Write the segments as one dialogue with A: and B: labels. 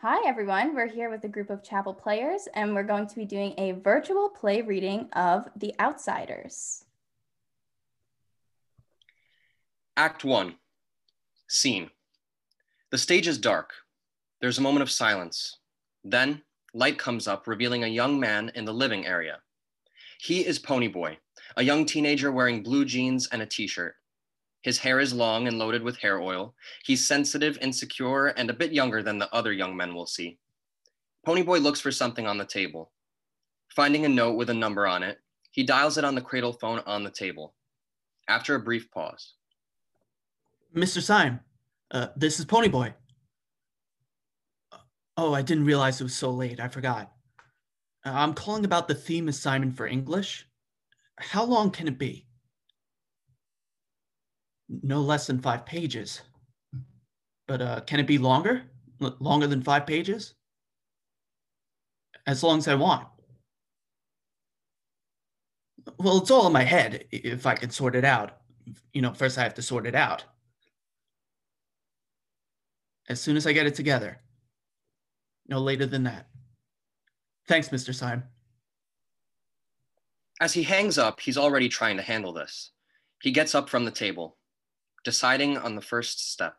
A: Hi, everyone. We're here with a group of chapel players, and we're going to be doing a virtual play reading of The Outsiders.
B: Act 1 Scene. The stage is dark. There's a moment of silence. Then, light comes up, revealing a young man in the living area. He is Ponyboy, a young teenager wearing blue jeans and a t shirt. His hair is long and loaded with hair oil. He's sensitive, insecure, and a bit younger than the other young men we'll see. Ponyboy looks for something on the table. Finding a note with a number on it, he dials it on the cradle phone on the table. After a brief pause,
C: Mr. Syme, uh, this is Ponyboy. Oh, I didn't realize it was so late. I forgot. Uh, I'm calling about the theme assignment for English. How long can it be? No less than five pages. But uh, can it be longer? L- longer than five pages? As long as I want. Well, it's all in my head i- if I can sort it out. You know, first I have to sort it out. As soon as I get it together. No later than that. Thanks, Mr. Syme.
B: As he hangs up, he's already trying to handle this. He gets up from the table, deciding on the first step.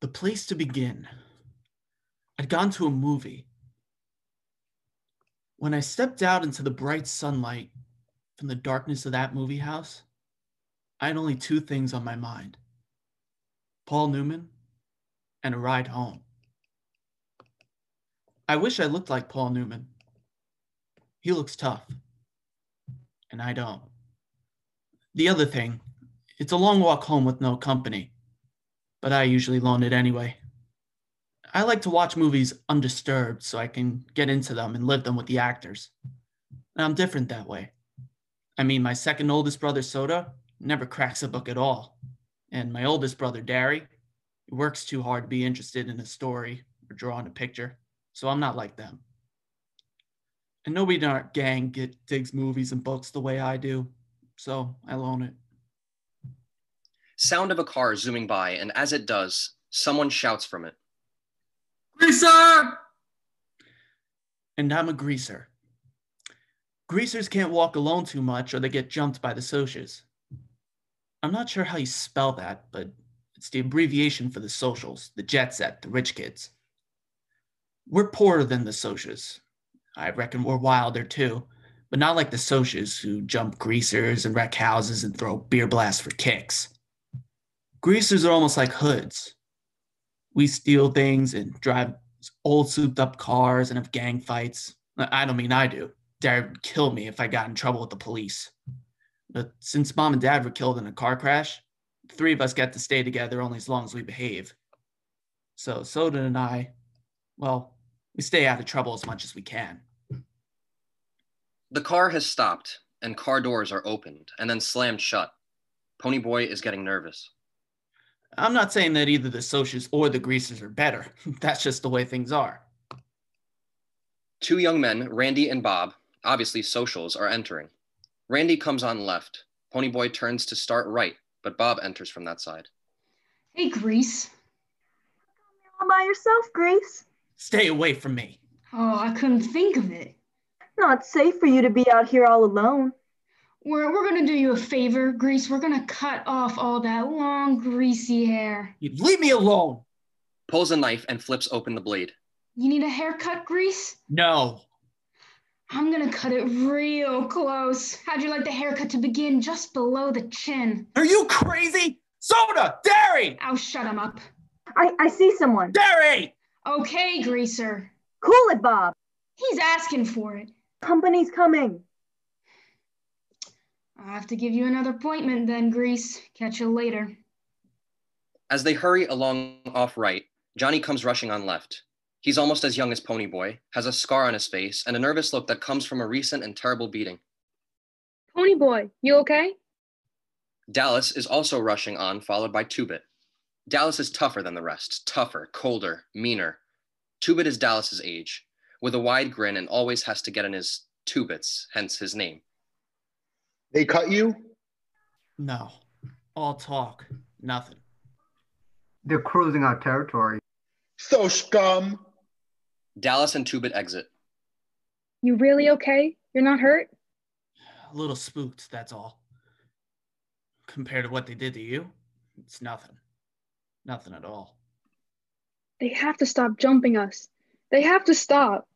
C: The place to begin. I'd gone to a movie. When I stepped out into the bright sunlight from the darkness of that movie house, I had only two things on my mind Paul Newman and a ride home. I wish I looked like Paul Newman. He looks tough, and I don't. The other thing, it's a long walk home with no company but I usually loan it anyway. I like to watch movies undisturbed so I can get into them and live them with the actors. And I'm different that way. I mean, my second oldest brother, Soda, never cracks a book at all. And my oldest brother, Derry, he works too hard to be interested in a story or drawing a picture, so I'm not like them. And nobody in our gang get, digs movies and books the way I do, so I loan it.
B: Sound of a car zooming by, and as it does, someone shouts from it.
C: Greaser! And I'm a greaser. Greasers can't walk alone too much or they get jumped by the socias. I'm not sure how you spell that, but it's the abbreviation for the socials, the jet set, the rich kids. We're poorer than the socias. I reckon we're wilder too, but not like the socias who jump greasers and wreck houses and throw beer blasts for kicks. Greasers are almost like hoods we steal things and drive old souped up cars and have gang fights. Uh, I I don't mean I do. Dad would kill me if I got in trouble with the police. But since mom and dad were killed in a car crash, the three of us get to stay together only as long as we behave. So Soda and I, well, we stay out of trouble as much as we can.
B: The car has stopped, and car doors are opened and then slammed shut. Ponyboy is getting nervous.
C: I'm not saying that either the socias or the greasers are better. That's just the way things are.
B: Two young men, Randy and Bob, obviously socials, are entering. Randy comes on left. Ponyboy turns to start right, but Bob enters from that side.
D: Hey, Grease.
E: All by yourself, Grace.
C: Stay away from me.
D: Oh, I couldn't think of it.
E: Not safe for you to be out here all alone.
D: We're, we're going to do you a favor, Grease. We're going to cut off all that long, greasy hair.
C: You leave me alone.
B: Pulls a knife and flips open the blade.
D: You need a haircut, Grease?
C: No.
D: I'm going to cut it real close. How'd you like the haircut to begin just below the chin?
C: Are you crazy? Soda, dairy,
D: Oh, shut him up.
E: I, I see someone.
C: dairy.
D: Okay, Greaser.
E: Cool it, Bob.
D: He's asking for it.
E: Company's coming.
D: I'll have to give you another appointment then, Grease. Catch you later.
B: As they hurry along off right, Johnny comes rushing on left. He's almost as young as Ponyboy, has a scar on his face, and a nervous look that comes from a recent and terrible beating.
F: Pony boy, you okay?
B: Dallas is also rushing on, followed by Tubit. Dallas is tougher than the rest, tougher, colder, meaner. Tubit is Dallas's age, with a wide grin and always has to get in his two bits, hence his name.
G: They cut you?
C: No. All talk, nothing.
H: They're cruising our territory.
G: So scum.
B: Dallas and Tubit exit.
F: You really okay? You're not hurt?
C: A little spooked, that's all. Compared to what they did to you, it's nothing. Nothing at all.
F: They have to stop jumping us. They have to stop.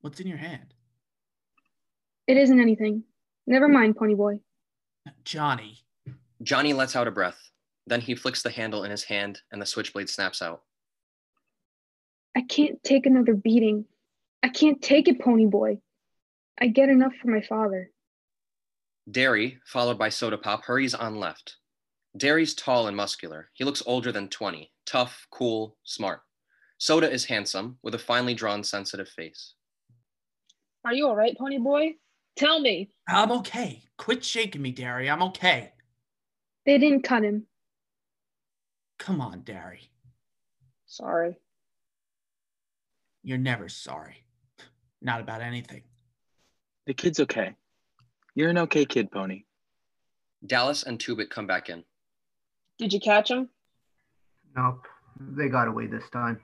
C: What's in your hand?
F: It isn't anything. Never mind, Pony Boy.
C: Johnny.
B: Johnny lets out a breath. Then he flicks the handle in his hand and the switchblade snaps out.
F: I can't take another beating. I can't take it, Pony Boy. I get enough for my father.
B: Derry, followed by Soda Pop, hurries on left. Derry's tall and muscular. He looks older than 20, tough, cool, smart. Soda is handsome, with a finely drawn, sensitive face.
H: Are you all right, Pony Boy? Tell me.
C: I'm okay. Quit shaking me, Derry. I'm okay.
F: They didn't cut him.
C: Come on, Derry.
H: Sorry.
C: You're never sorry. Not about anything.
I: The kid's okay. You're an okay kid, Pony.
B: Dallas and Tubit come back in.
H: Did you catch him?
J: Nope. They got away this time.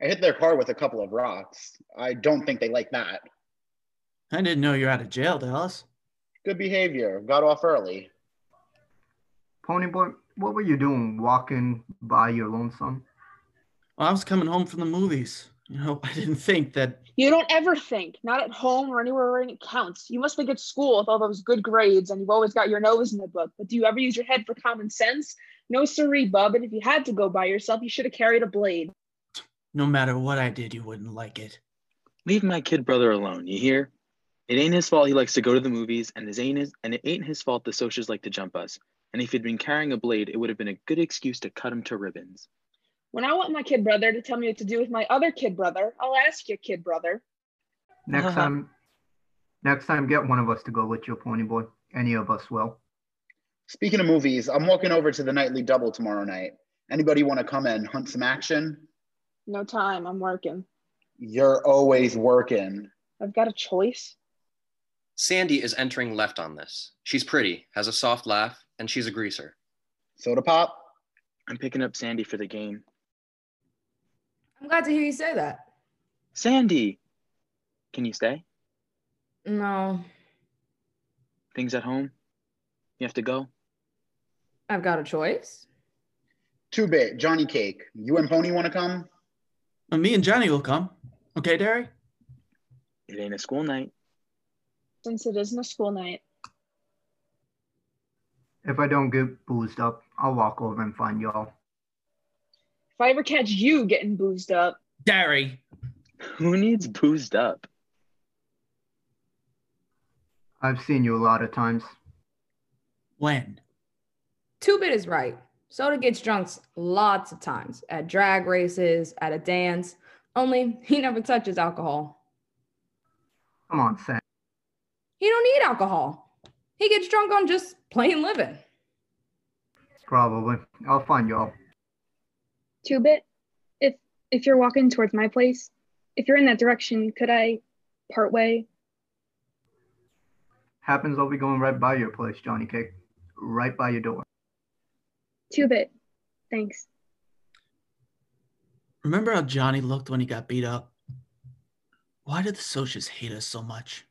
G: I hit their car with a couple of rocks. I don't think they like that.
C: I didn't know you're out of jail, Dallas.
G: Good behavior. Got off early.
J: Ponyboy, what were you doing walking by your lonesome?
C: Well, I was coming home from the movies. You know, I didn't think that.
H: You don't ever think, not at home or anywhere where it counts. You must think at school with all those good grades and you've always got your nose in the book. But do you ever use your head for common sense? No, siree, bub. And if you had to go by yourself, you should have carried a blade.
C: No matter what I did, you wouldn't like it.
I: Leave my kid brother alone, you hear? It ain't his fault he likes to go to the movies, and, his ain't his, and it ain't his fault the socias like to jump us. And if he'd been carrying a blade, it would have been a good excuse to cut him to ribbons.
H: When I want my kid brother to tell me what to do with my other kid brother, I'll ask your kid brother.
J: Next time, next time, get one of us to go with you, Ponyboy. Any of us will.
G: Speaking of movies, I'm walking over to the nightly double tomorrow night. Anybody want to come and hunt some action?
H: No time. I'm working.
G: You're always working.
H: I've got a choice.
B: Sandy is entering left on this. She's pretty, has a soft laugh, and she's a greaser.
G: Soda pop.
I: I'm picking up Sandy for the game.
K: I'm glad to hear you say that.
I: Sandy, can you stay?
K: No,
I: Things at home? You have to go?
K: I've got a choice.
G: Two bit Johnny Cake. You and Pony want to come?
C: And me and Johnny will come. Okay, Derry?
I: It ain't a school night.
H: Since it isn't a school night,
J: If I don't get boozed up, I'll walk over and find y'all.
H: if I ever catch you getting boozed up,
C: Derry.
I: Who needs boozed up?
J: I've seen you a lot of times.
C: When?
K: Two Bit is right. Soda gets drunk lots of times at drag races, at a dance, only he never touches alcohol.
J: Come on, Sam.
K: He don't need alcohol. He gets drunk on just plain living.
J: Probably. I'll find y'all.
F: Two bit. If if you're walking towards my place, if you're in that direction, could I part way?
J: Happens I'll be going right by your place, Johnny Cake. Right by your door.
F: Two bit. Thanks.
C: Remember how Johnny looked when he got beat up? Why do the socias hate us so much?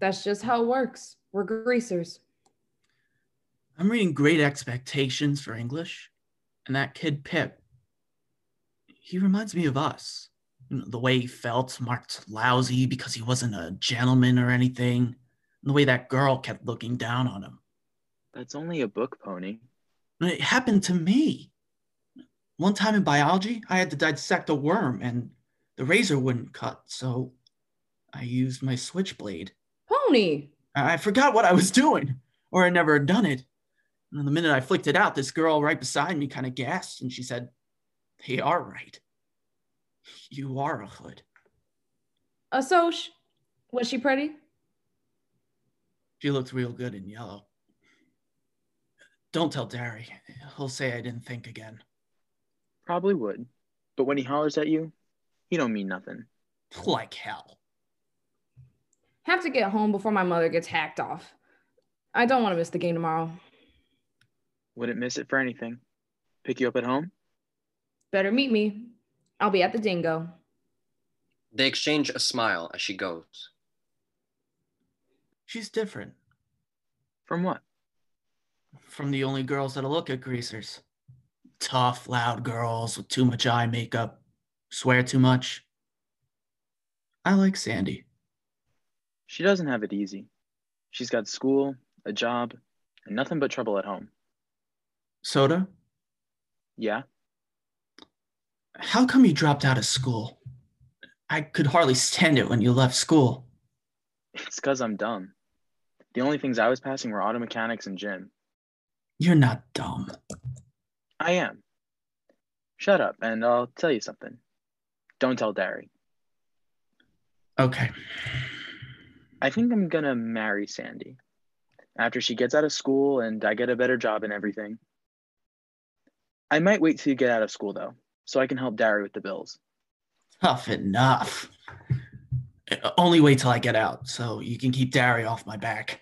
K: That's just how it works. We're greasers.
C: I'm reading Great Expectations for English, and that kid Pip, he reminds me of us. You know, the way he felt marked lousy because he wasn't a gentleman or anything, and the way that girl kept looking down on him.
I: That's only a book, Pony.
C: And It happened to me. One time in biology, I had to dissect a worm, and the razor wouldn't cut, so I used my switchblade.
K: Pony.
C: I I forgot what I was doing, or I never had done it. And the minute I flicked it out, this girl right beside me kind of gasped and she said, They are right. You are a hood.
K: A soch. Was she pretty?
C: She looked real good in yellow. Don't tell Derry. He'll say I didn't think again.
I: Probably would. But when he hollers at you, he don't mean nothing.
C: Like hell.
K: Have to get home before my mother gets hacked off. I don't want to miss the game tomorrow.
I: Wouldn't miss it for anything. Pick you up at home?
K: Better meet me. I'll be at the dingo.
B: They exchange a smile as she goes.
C: She's different.
I: From what?
C: From the only girls that'll look at greasers. Tough, loud girls with too much eye makeup, swear too much. I like Sandy.
I: She doesn't have it easy. She's got school, a job, and nothing but trouble at home.
C: Soda,
I: Yeah,
C: how come you dropped out of school? I could hardly stand it when you left school.
I: it's because I'm dumb. The only things I was passing were auto mechanics and gym.
C: You're not dumb.
I: I am. Shut up, and I'll tell you something. Don't tell Derry.
C: Okay.
I: I think I'm gonna marry Sandy. After she gets out of school and I get a better job and everything. I might wait till you get out of school though, so I can help Derry with the bills.
C: Tough enough. Uh, Only wait till I get out so you can keep Dari off my back.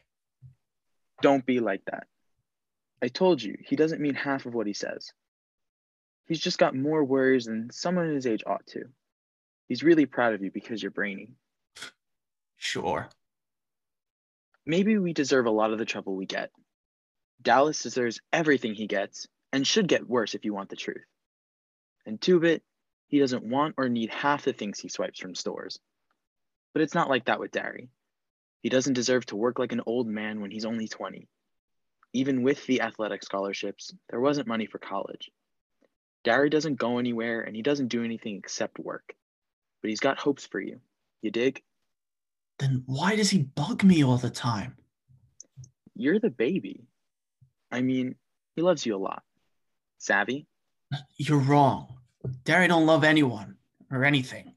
I: Don't be like that. I told you, he doesn't mean half of what he says. He's just got more worries than someone his age ought to. He's really proud of you because you're brainy.
C: Sure.
I: Maybe we deserve a lot of the trouble we get. Dallas deserves everything he gets and should get worse if you want the truth. And Tubit, he doesn't want or need half the things he swipes from stores. But it's not like that with Derry. He doesn't deserve to work like an old man when he's only 20. Even with the athletic scholarships, there wasn't money for college. Derry doesn't go anywhere and he doesn't do anything except work. But he's got hopes for you. You dig?
C: Then why does he bug me all the time?
I: You're the baby. I mean, he loves you a lot. Savvy?
C: You're wrong. Dari don't love anyone or anything.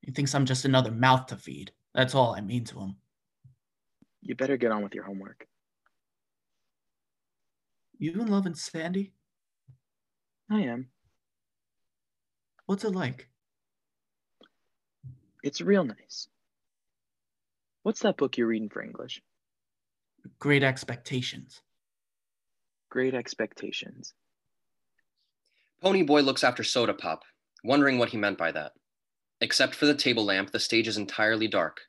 C: He thinks I'm just another mouth to feed. That's all I mean to him.
I: You better get on with your homework.
C: You in love with Sandy?
I: I am.
C: What's it like?
I: It's real nice. What's that book you're reading for English?
C: Great expectations.
I: Great Expectations.
B: Ponyboy looks after Soda Pop, wondering what he meant by that. Except for the table lamp, the stage is entirely dark.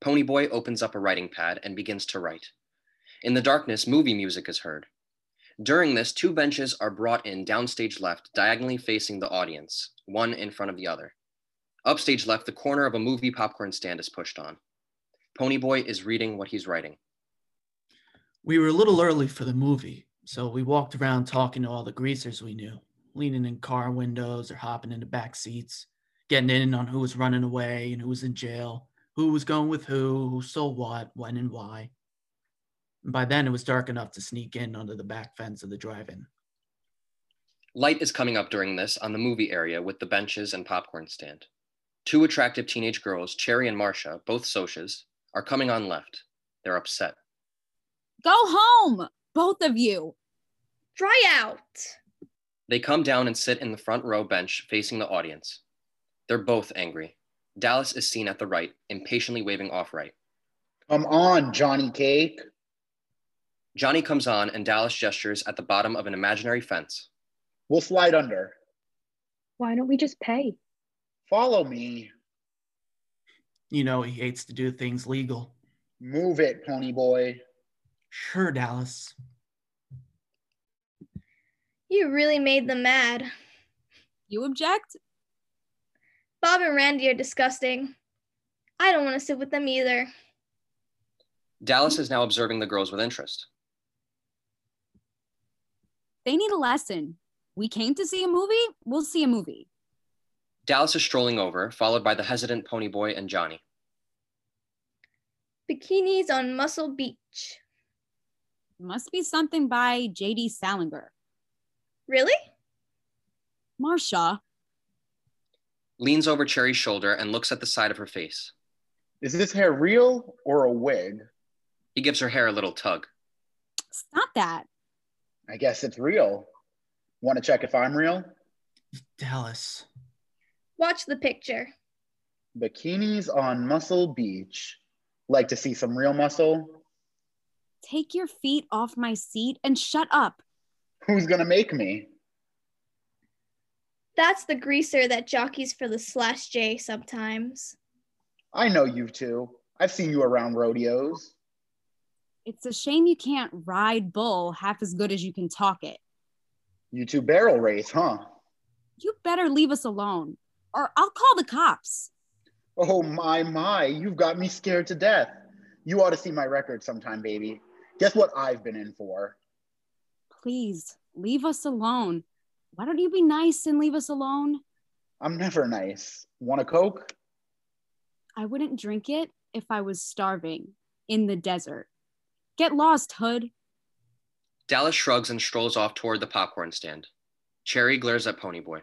B: Ponyboy opens up a writing pad and begins to write. In the darkness, movie music is heard. During this, two benches are brought in downstage left, diagonally facing the audience, one in front of the other. Upstage left, the corner of a movie popcorn stand is pushed on. Ponyboy is reading what he's writing.
C: We were a little early for the movie, so we walked around talking to all the greasers we knew, leaning in car windows or hopping into back seats, getting in on who was running away and who was in jail, who was going with who, who stole what, when, and why. And by then, it was dark enough to sneak in under the back fence of the drive in.
B: Light is coming up during this on the movie area with the benches and popcorn stand. Two attractive teenage girls, Cherry and Marcia, both Soshas, are coming on left. They're upset.
L: Go home, both of you. Dry out.
B: They come down and sit in the front row bench facing the audience. They're both angry. Dallas is seen at the right, impatiently waving off right.
G: Come on, Johnny Cake.
B: Johnny comes on and Dallas gestures at the bottom of an imaginary fence.
G: We'll slide under.
F: Why don't we just pay?
G: Follow me.
C: You know, he hates to do things legal.
G: Move it, pony boy.
C: Sure, Dallas.
M: You really made them mad.
L: You object?
M: Bob and Randy are disgusting. I don't want to sit with them either.
B: Dallas is now observing the girls with interest.
L: They need a lesson. We came to see a movie, we'll see a movie.
B: Dallas is strolling over, followed by the hesitant Ponyboy and Johnny.
M: Bikinis on Muscle Beach.
L: Must be something by J.D. Salinger.
M: Really?
L: Marsha,
B: Leans over Cherry's shoulder and looks at the side of her face.
G: Is this hair real or a wig?
B: He gives her hair a little tug.
L: stop that.
G: I guess it's real. Want to check if I'm real?
C: Dallas.
M: Watch the picture.
G: Bikinis on Muscle Beach. Like to see some real muscle?
L: Take your feet off my seat and shut up.
G: Who's gonna make me?
M: That's the greaser that jockeys for the slash J sometimes.
G: I know you two. I've seen you around rodeos.
L: It's a shame you can't ride bull half as good as you can talk it.
G: You two barrel race, huh?
L: You better leave us alone, or I'll call the cops.
G: Oh my my, you've got me scared to death. You ought to see my record sometime, baby. Guess what I've been in for?
L: Please leave us alone. Why don't you be nice and leave us alone?
G: I'm never nice. Want a Coke?
L: I wouldn't drink it if I was starving in the desert. Get lost, Hood.
B: Dallas shrugs and strolls off toward the popcorn stand. Cherry glares at Ponyboy.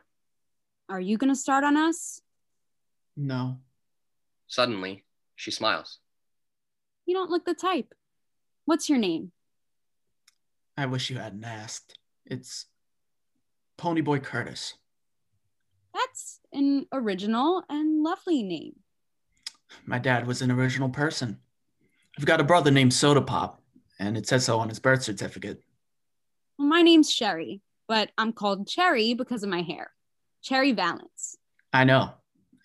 L: Are you going to start on us?
C: No.
B: Suddenly, she smiles.
L: You don't look the type. What's your name?
C: I wish you hadn't asked. It's Ponyboy Curtis.
L: That's an original and lovely name.
C: My dad was an original person. I've got a brother named Soda Pop, and it says so on his birth certificate.
L: Well, my name's Sherry, but I'm called Cherry because of my hair. Cherry Valance.
C: I know.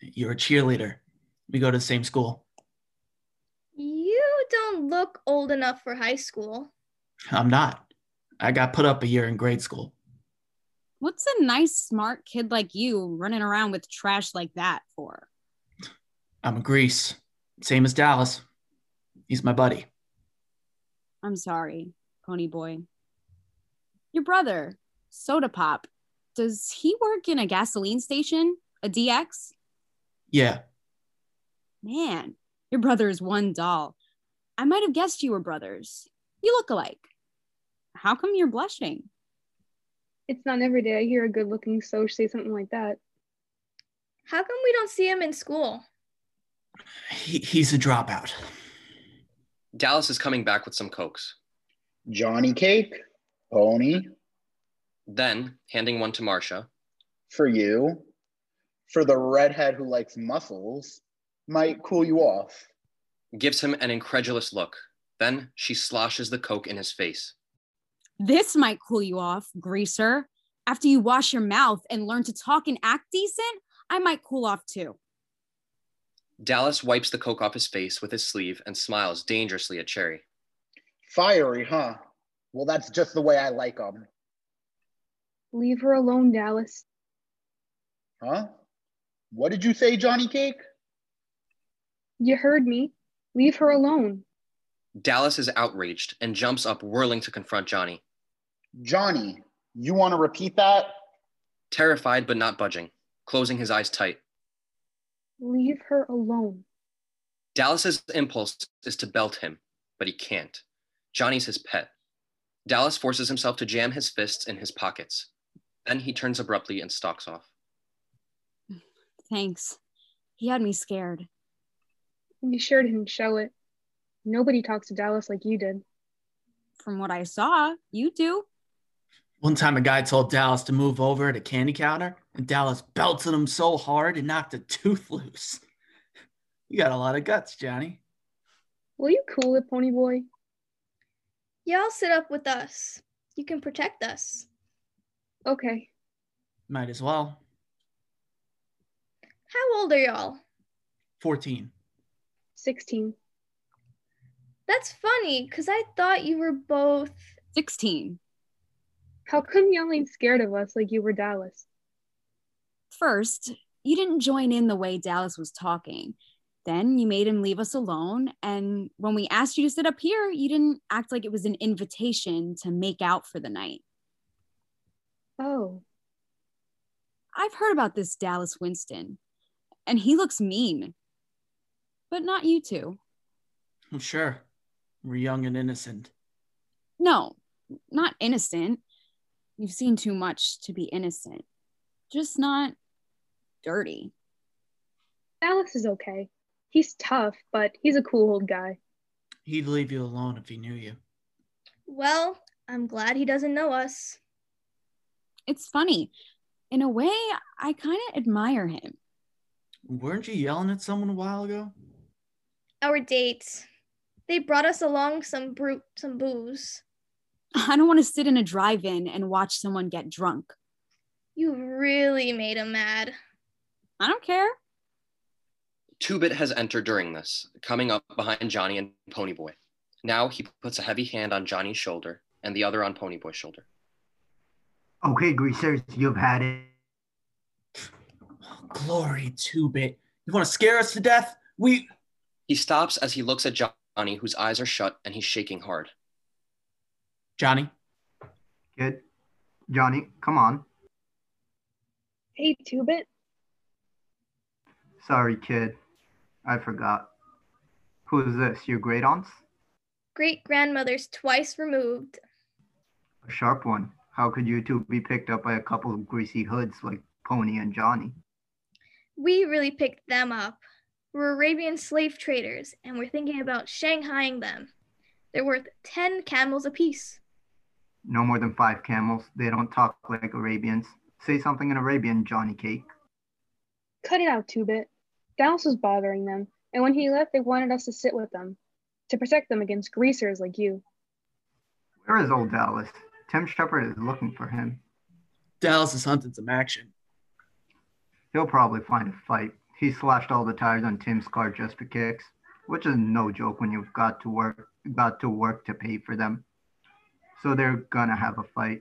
C: You're a cheerleader. We go to the same school.
M: You don't look old enough for high school.
C: I'm not. I got put up a year in grade school.
L: What's a nice, smart kid like you running around with trash like that for?
C: I'm a Grease, same as Dallas. He's my buddy.
L: I'm sorry, Pony Boy. Your brother, Soda Pop, does he work in a gasoline station? A DX?
C: Yeah,
L: Man, your brother is one doll. I might have guessed you were brothers. You look alike. How come you're blushing?
F: It's not every day I hear a good looking Soch say something like that.
M: How come we don't see him in school?
C: he, he's a dropout.
B: Dallas is coming back with some cokes,
G: Johnny Cake, Pony,
B: then handing one to Marcia.
G: for you. For the redhead who likes muscles, might cool you off.
B: Gives him an incredulous look. Then she sloshes the coke in his face.
L: This might cool you off, greaser. After you wash your mouth and learn to talk and act decent, I might cool off too.
B: Dallas wipes the coke off his face with his sleeve and smiles dangerously at Cherry.
G: Fiery, huh? Well, that's just the way I like 'em.
F: Leave her alone, Dallas.
G: Huh? What did you say, Johnny Cake?
F: You heard me. Leave her alone.
B: Dallas is outraged and jumps up, whirling to confront Johnny.
G: Johnny, you want to repeat that?
B: Terrified but not budging, closing his eyes tight.
F: Leave her alone.
B: Dallas's impulse is to belt him, but he can't. Johnny's his pet. Dallas forces himself to jam his fists in his pockets. Then he turns abruptly and stalks off.
L: Thanks. He had me scared.
F: You sure didn't show it. Nobody talks to Dallas like you did.
L: From what I saw, you do.
C: One time a guy told Dallas to move over at a candy counter, and Dallas belted him so hard it knocked a tooth loose. You got a lot of guts, Johnny.
F: Will you cool it, Pony Boy?
M: Y'all sit up with us. You can protect us.
F: Okay.
C: Might as well.
M: How old are y'all?
C: 14.
F: 16.
M: That's funny, because I thought you were both.
L: 16.
F: How come y'all ain't scared of us like you were Dallas?
L: First, you didn't join in the way Dallas was talking. Then you made him leave us alone. And when we asked you to sit up here, you didn't act like it was an invitation to make out for the night.
F: Oh,
L: I've heard about this Dallas Winston, and he looks mean. But not you two.
C: I'm sure. We're young and innocent.
L: No, not innocent. You've seen too much to be innocent, just not dirty.
F: Dallas is okay. He's tough, but he's a cool old guy.
C: He'd leave you alone if he knew you.
M: Well, I'm glad he doesn't know us.
L: It's funny. In a way, I kind of admire him.
C: Weren't you yelling at someone a while ago?
M: Our date. They brought us along some brute, some booze.
L: I don't want to sit in a drive in and watch someone get drunk.
M: You really made him mad.
L: I don't care.
B: Two Bit has entered during this, coming up behind Johnny and Ponyboy. Now he puts a heavy hand on Johnny's shoulder and the other on Ponyboy's shoulder.
J: Okay, Greasers, you've had it.
C: Glory, Two Bit. You want to scare us to death? We.
B: He stops as he looks at Johnny, whose eyes are shut and he's shaking hard.
C: Johnny?
J: Kid, Johnny, come on.
F: Hey, Tubit.
J: Sorry, kid. I forgot. Who's this? Your great aunts?
M: Great grandmother's twice removed.
J: A sharp one. How could you two be picked up by a couple of greasy hoods like Pony and Johnny?
M: We really picked them up. We're Arabian slave traders, and we're thinking about Shanghaiing them. They're worth 10 camels apiece.
J: No more than five camels. They don't talk like Arabians. Say something in Arabian, Johnny Cake.
F: Cut it out, Tubit. Dallas was bothering them, and when he left, they wanted us to sit with them to protect them against greasers like you.
J: Where is old Dallas? Tim Shepard is looking for him.
C: Dallas is hunting some action.
J: He'll probably find a fight. He slashed all the tires on Tim's car just for kicks, which is no joke when you've got to work got to work to pay for them. So they're gonna have a fight.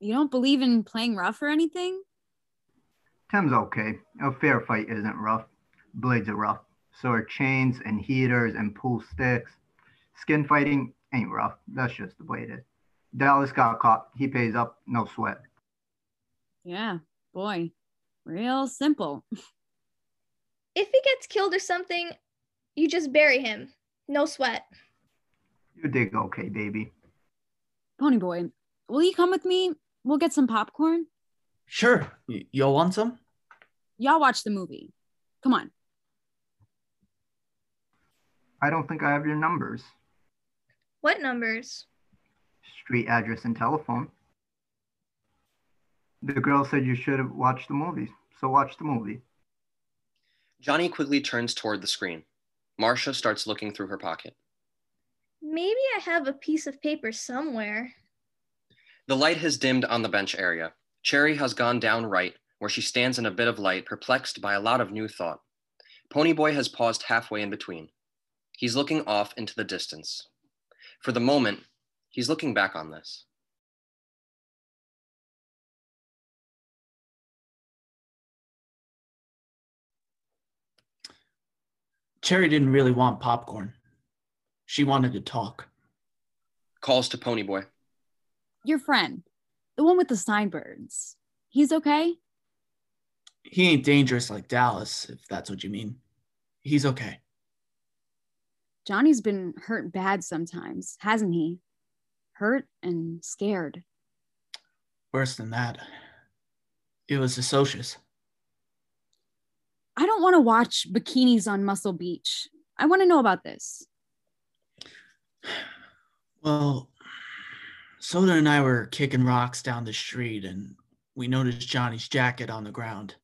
L: You don't believe in playing rough or anything?
J: Tim's okay. A fair fight isn't rough. Blades are rough. So are chains and heaters and pool sticks. Skin fighting ain't rough. That's just the way it is. Dallas got caught. He pays up, no sweat.
L: Yeah, boy. Real simple.
M: If he gets killed or something, you just bury him. No sweat.
J: You dig okay, baby.
L: Pony boy, will you come with me? We'll get some popcorn.
C: Sure. Y- y'all want some?
L: Y'all watch the movie. Come on.
J: I don't think I have your numbers.
M: What numbers?
J: Street address and telephone. The girl said you should have watched the movies, so watch the movie.
B: Johnny quickly turns toward the screen. Marcia starts looking through her pocket.
M: Maybe I have a piece of paper somewhere.
B: The light has dimmed on the bench area. Cherry has gone down right, where she stands in a bit of light, perplexed by a lot of new thought. Ponyboy has paused halfway in between. He's looking off into the distance. For the moment, he's looking back on this.
C: Cherry didn't really want popcorn. She wanted to talk.
B: Calls to Ponyboy.
L: Your friend, the one with the signbirds. He's okay?
C: He ain't dangerous like Dallas, if that's what you mean. He's okay.
L: Johnny's been hurt bad sometimes, hasn't he? Hurt and scared.
C: Worse than that, it was associates.
L: I don't want to watch bikinis on Muscle Beach. I want to know about this.
C: Well, Soda and I were kicking rocks down the street and we noticed Johnny's jacket on the ground.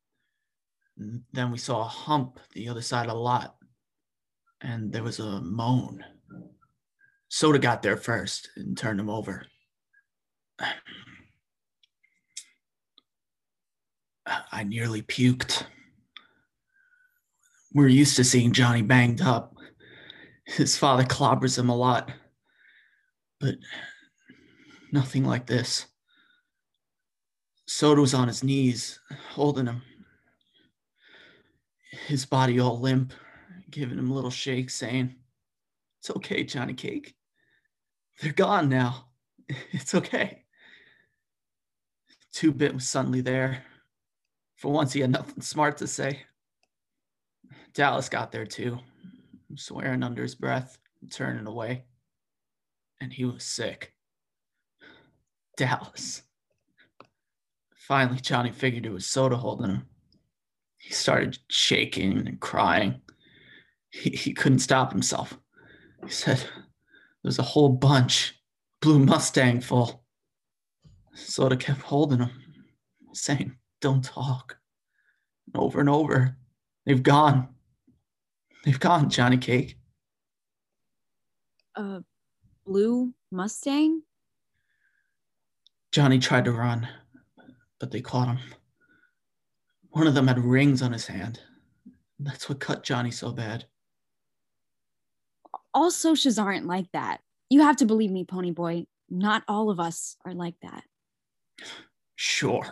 C: And then we saw a hump the other side of the lot and there was a moan. Soda got there first and turned him over. I nearly puked. We're used to seeing Johnny banged up. His father clobbers him a lot, but nothing like this. Soda was on his knees, holding him. His body all limp, giving him little shakes, saying, It's okay, Johnny Cake. They're gone now. It's okay. Two Bit was suddenly there. For once, he had nothing smart to say. Dallas got there too, swearing under his breath, and turning away. And he was sick. Dallas. Finally, Johnny figured it was soda holding him. He started shaking and crying he, he couldn't stop himself. He said, There's a whole bunch, blue Mustang full. Soda kept holding him, saying, Don't talk. And over and over, they've gone. They've gone, Johnny Cake.
L: A blue Mustang?
C: Johnny tried to run, but they caught him. One of them had rings on his hand. That's what cut Johnny so bad.
L: All socias aren't like that. You have to believe me, Pony Boy. Not all of us are like that.
C: Sure.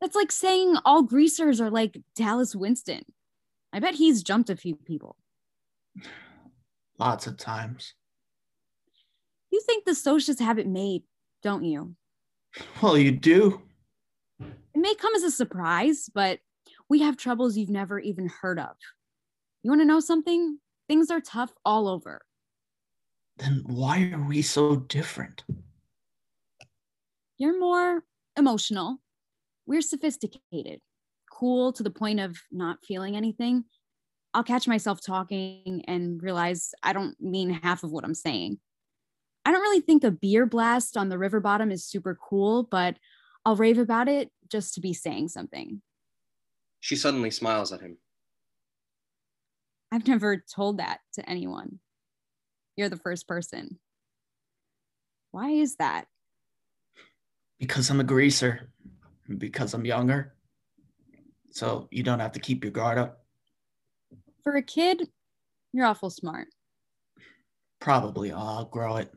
L: That's like saying all greasers are like Dallas Winston. I bet he's jumped a few people.
C: Lots of times.
L: You think the socias have it made, don't you?
C: Well, you do.
L: It may come as a surprise, but we have troubles you've never even heard of. You want to know something? Things are tough all over.
C: Then why are we so different?
L: You're more emotional. We're sophisticated, cool to the point of not feeling anything. I'll catch myself talking and realize I don't mean half of what I'm saying. I don't really think a beer blast on the river bottom is super cool, but I'll rave about it just to be saying something.
B: She suddenly smiles at him.
L: I've never told that to anyone. You're the first person. Why is that?
C: Because I'm a greaser, because I'm younger. So you don't have to keep your guard up.
L: For a kid, you're awful smart.
C: Probably I'll grow it.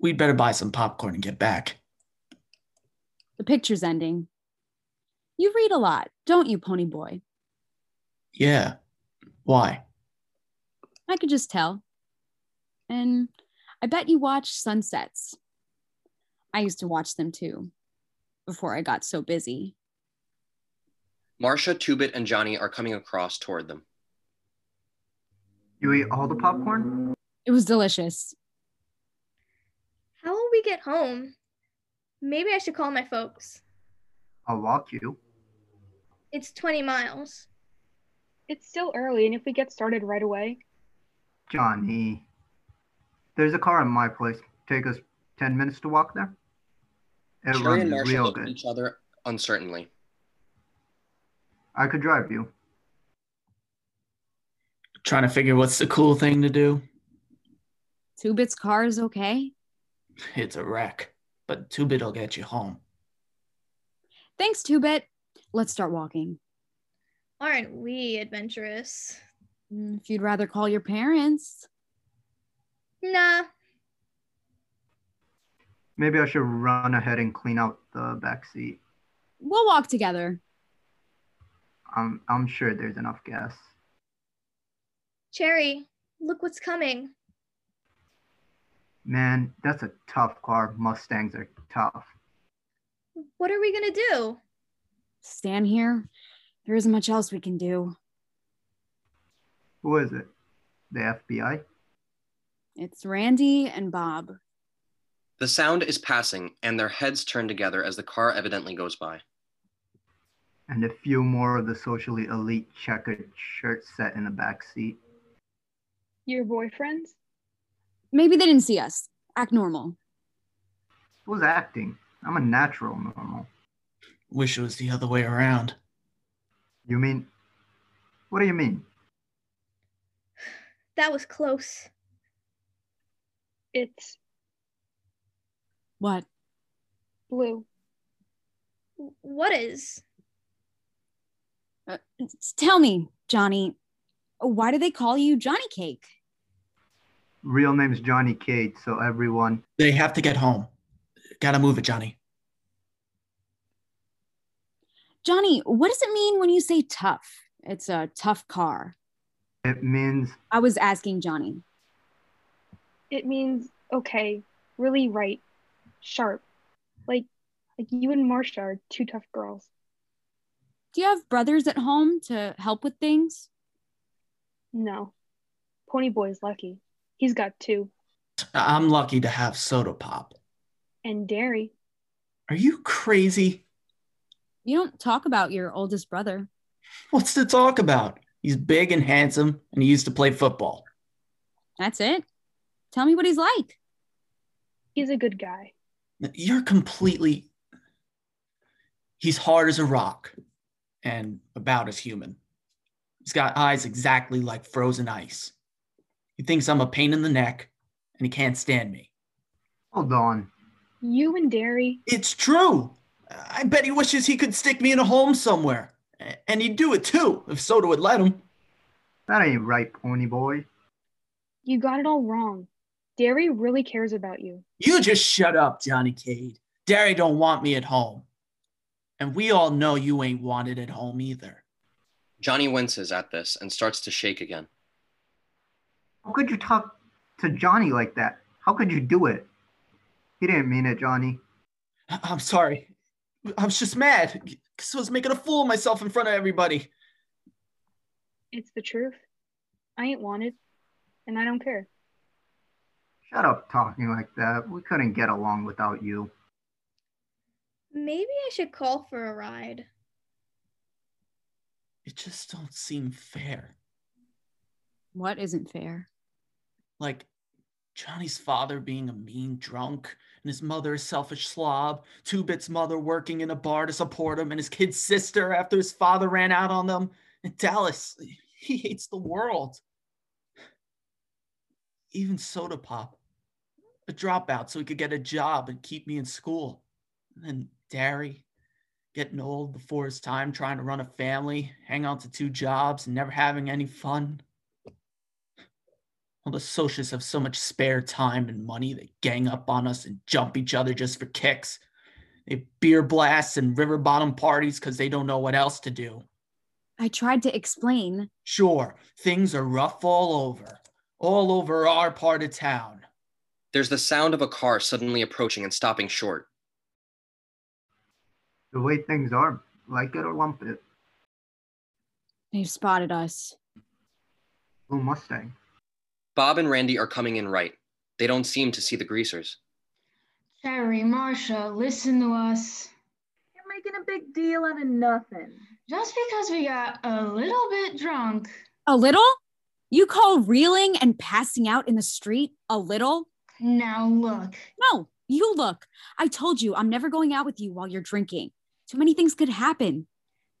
C: We'd better buy some popcorn and get back.
L: The picture's ending. You read a lot, don't you, Pony Boy?
C: Yeah. Why?
L: I could just tell. And I bet you watch sunsets. I used to watch them too before I got so busy.
B: Marcia, Tubit, and Johnny are coming across toward them.
J: You ate all the popcorn?
L: It was delicious.
M: How will we get home? Maybe I should call my folks.
J: I'll walk you.
M: It's 20 miles.
F: It's still early, and if we get started right away,
J: Johnny. There's a car in my place. Take us 10 minutes to walk there. It
B: Cherry and
J: runs
B: Marcia
J: real
B: look at
J: good.
B: each other uncertainly.
J: I could drive you.
C: Trying to figure what's the cool thing to do.
L: Two bits car is okay.
C: It's a wreck, but Two Bit will get you home.
L: Thanks, Two Bit. Let's start walking.
M: Aren't we adventurous?
L: Mm, If you'd rather call your parents,
M: Nah,
J: Maybe I should run ahead and clean out the back seat.
L: we'll walk together.
J: I'm, I'm sure there's enough gas.
M: Cherry, look what's coming.
J: Man, that's a tough car. Mustangs are tough.
M: What are we gonna do?
L: Stand here. There isn't much else we can do.
J: Who is it? The FBI?
L: It's Randy and Bob.
B: The sound is passing, and their heads turn together as the car evidently goes by.
J: And a few more of the socially elite checkered shirts set in the back seat.
F: your boyfriends?
L: Maybe they didn't see us. Act normal.
J: Who's acting? I'm a natural normal.
C: Wish it was the other way around.
J: You mean? What do you mean?
M: That was close.
F: It's
L: What?
F: blue.
M: W- What is?
L: Uh, s- tell me, Johnny, why do they call you Johnny Cake?
J: Real name's Johnny Cade, so everyone.
C: They have to get home. Gotta move it, Johnny.
L: Johnny, what does it mean when you say tough? It's a tough car.
J: It means
L: I was asking Johnny.
F: It means okay, really right, sharp. Like like you and Marsha are two tough girls.
L: Do you have brothers at home to help with things?
F: No. Pony Boy's lucky. He's got two.
C: I- I'm lucky to have soda pop.
F: And Dairy.
C: Are you crazy?
L: You don't talk about your oldest brother.
C: What's to talk about? He's big and handsome, and he used to play football.
L: That's it. Tell me what he's like.
F: He's a good guy.
C: You're completely. He's hard as a rock and about as human. He's got eyes exactly like frozen ice. He thinks I'm a pain in the neck and he can't stand me.
J: hold on.
F: You and Dairy,
C: It's true. I bet he wishes he could stick me in a home somewhere. A- And he'd do it too, if Soda would let him.
J: That ain't right, pony boy.
F: You got it all wrong. Derry really cares about you.
C: You just shut up, Johnny Cade. Derry don't want me at home. And we all know you ain't wanted at home either.
B: Johnny winces at this and starts to shake again.
J: How could you talk to Johnny like that? How could you do it? He didn't mean it, Johnny.
C: I- I'm sorry. I was just mad because I was making a fool of myself in front of everybody.
F: It's the truth. I ain't wanted, and I don't care.
J: Shut up talking like that. We couldn't get along without you.
M: Maybe I should call for a ride.
C: It just don't seem fair.
L: What isn't fair?
C: Like Johnny's father being a mean drunk, and his mother a selfish slob, Two Bit's mother working in a bar to support him, and his kid's sister after his father ran out on them. And Dallas, he hates the world. Even Soda Pop, a dropout so he could get a job and keep me in school. And then Derry, getting old before his time, trying to run a family, hang on to two jobs, and never having any fun. All the socials have so much spare time and money, they gang up on us and jump each other just for kicks. They beer blasts and river bottom parties because they don't know what else to do.
L: I tried to explain.
C: Sure, things are rough all over, all over our part of town.
B: There's the sound of a car suddenly approaching and stopping short.
J: The way things are, like it or lump it.
L: They've spotted us.
J: Blue Mustang.
B: Bob and Randy are coming in right. They don't seem to see the greasers.
D: Cherry, Marsha, listen to us.
E: You're making a big deal out of nothing.
D: Just because we got a little bit drunk,
L: A little? You call reeling and passing out in the street a little?
D: Now look.
L: No, you look. I told you I'm never going out with you while you're drinking. Too many things could happen.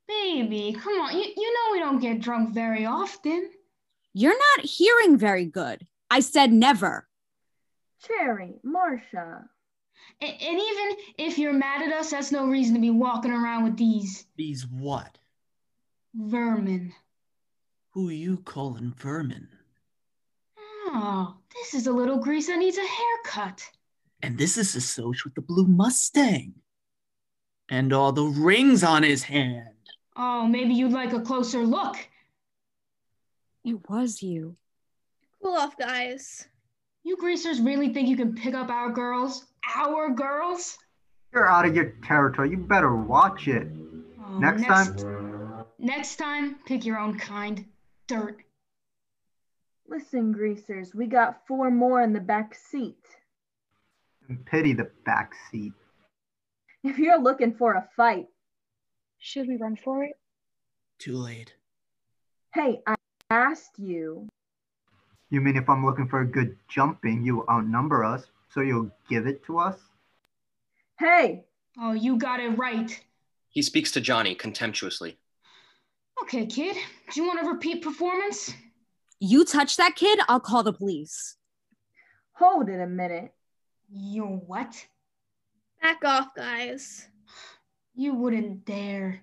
D: baby, come on. You, you know we don't get drunk very often.
L: You're not hearing very good. I said never.
D: Cherry, Marsha. And, even if you're mad at us, that's no reason to be walking around with these
C: These what?
D: vermin.
C: Who you calling vermin?
D: Oh, this is a little grease that needs a haircut.
C: And this is the Soch with the blue Mustang. And all the rings on his hand.
D: Oh, maybe you'd like a closer look.
L: It was you.
M: Cool off, guys.
D: You greasers really think you can pick up our girls? Our girls?
J: You're out of your territory. You better watch it.
D: Oh,
J: next,
D: next-
J: time.
D: Next time, pick your own kind. Dirt.
E: Listen, greasers, we got four more in the back seat.
J: Pity the back seat.
E: If you're looking for a fight,
F: Should we run for it?
C: Too late.
E: hey, I asked you.
J: You mean if I'm looking for a good jumping, you outnumber us, so you'll give it to us?
E: Hey!
D: Oh, you got it right.
B: He speaks to Johnny contemptuously.
D: Okay, kid. Do you want a repeat performance?
L: You touch that kid, I'll call the police.
E: Hold it a minute.
D: You what?
M: Back off, guys.
D: You wouldn't dare.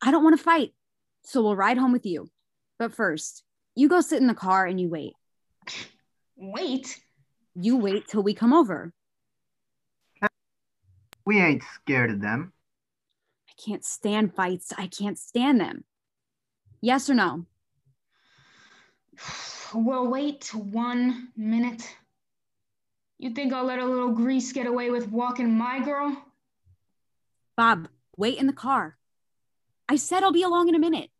L: I don't want to fight. So we'll ride home with you. But first, you go sit in the car and you wait.
D: Wait.
L: You wait till we come over.
J: We ain't scared of them.
L: I can't stand fights. I can't stand them. Yes or no?
D: We'll wait one minute. You think I'll let a little grease get away with walking my girl?
L: Bob, wait in the car. I said I'll be along in a minute.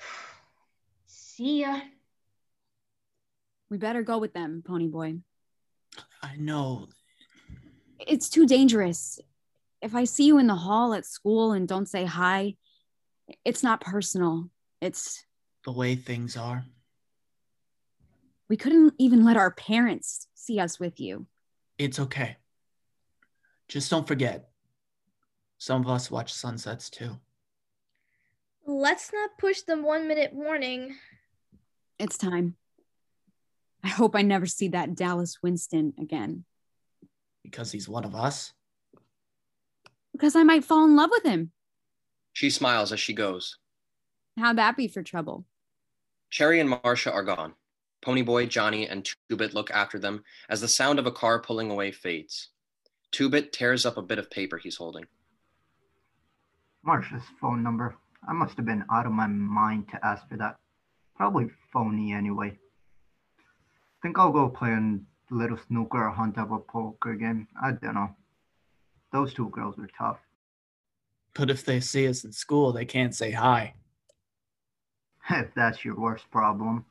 D: See ya.
L: We better go with them, Pony Boy.
C: I know.
L: It's too dangerous. If I see you in the hall at school and don't say hi, it's not personal. It's
C: The way things are.
L: we couldn't even let our parents see us with you.
C: It's okay. Just don't forget. Some of us watch sunsets too.
M: Let's not push the one minute warning.
L: It's time. I hope I never see that Dallas Winston again.
C: Because he's one of us.
L: Because I might fall in love with him.
B: She smiles as she goes.
L: How'd that be for trouble?
B: Cherry and Marcia are gone. Ponyboy, Johnny, and Two-Bit look after them as the sound of a car pulling away fades. Two-Bit tears up a bit of paper he's holding.
J: Marsha's phone number. I must have been out of my mind to ask for that. Probably phony anyway. Think I'll go play a little snooker or hunt up a poker game. I don't know. Those two girls were tough.
C: But if they see us in school, they can't say hi.
J: If that's your worst problem.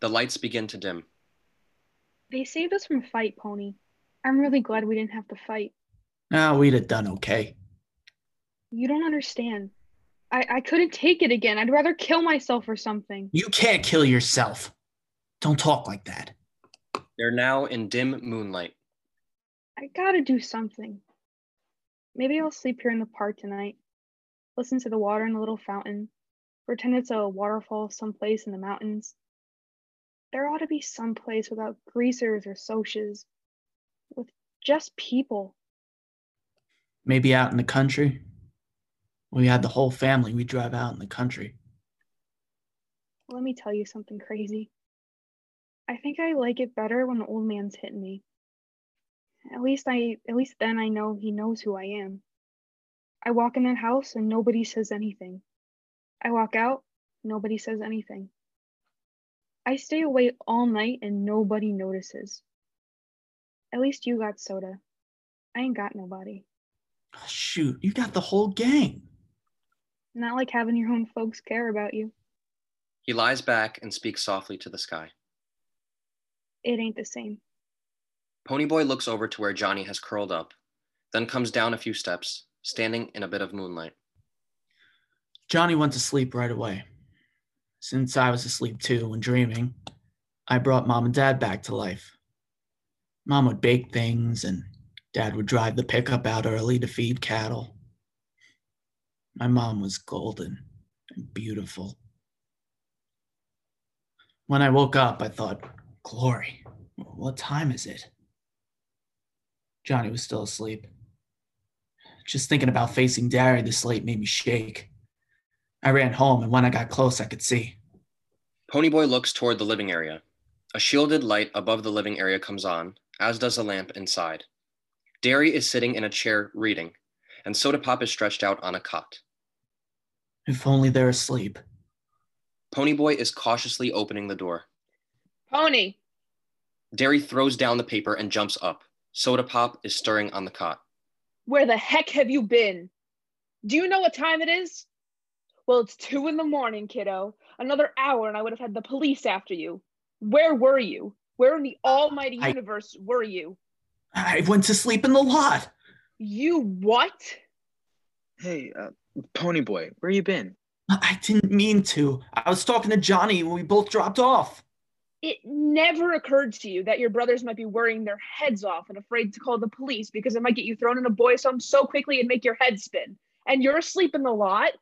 B: The lights begin to dim.
F: They saved us from a fight, Pony. I'm really glad we didn't have to fight.
C: Ah, we'd have done okay.
F: You don't understand. I, I couldn't take it again. I'd rather kill myself or something.
C: You can't kill yourself. Don't talk like that.
B: They're now in dim moonlight.
F: I gotta do something. Maybe I'll sleep here in the park tonight. Listen to the water in the little fountain. Pretend it's a waterfall someplace in the mountains. There ought to be some place without greasers or socias, with just people.
C: Maybe out in the country. We had the whole family. We drive out in the country.
F: Let me tell you something crazy. I think I like it better when the old man's hitting me. At least I at least then I know he knows who I am. I walk in that house and nobody says anything. I walk out, nobody says anything. I stay away all night and nobody notices. At least you got soda. I ain't got nobody.
C: Shoot, you got the whole gang.
F: Not like having your own folks care about you.
B: He lies back and speaks softly to the sky.
F: It ain't the same.
B: Ponyboy looks over to where Johnny has curled up, then comes down a few steps, standing in a bit of moonlight.
C: Johnny went to sleep right away. Since I was asleep too and dreaming, I brought mom and dad back to life. Mom would bake things and Dad would drive the pickup out early to feed cattle. My mom was golden and beautiful. When I woke up, I thought, Glory, what time is it? Johnny was still asleep. Just thinking about facing Derry this late made me shake. I ran home, and when I got close, I could see.
B: Ponyboy looks toward the living area. A shielded light above the living area comes on, as does a lamp inside. Derry is sitting in a chair reading, and Soda Pop is stretched out on a cot.
C: If only they're asleep.
B: Ponyboy is cautiously opening the door.
H: Pony!
B: Derry throws down the paper and jumps up. Soda Pop is stirring on the cot.
H: Where the heck have you been? Do you know what time it is? Well, it's two in the morning, kiddo. Another hour and I would have had the police after you. Where were you? Where in the almighty
C: I-
H: universe were you?
C: I went to sleep in the lot.
H: You what?
I: Hey, uh, Ponyboy, where you been?
C: Uh, I didn't mean to. I was talking to Johnny when we both dropped off.
H: It never occurred to you that your brothers might be worrying their heads off and afraid to call the police because it might get you thrown in a boys' home so quickly and make your head spin. And you're asleep in the lot?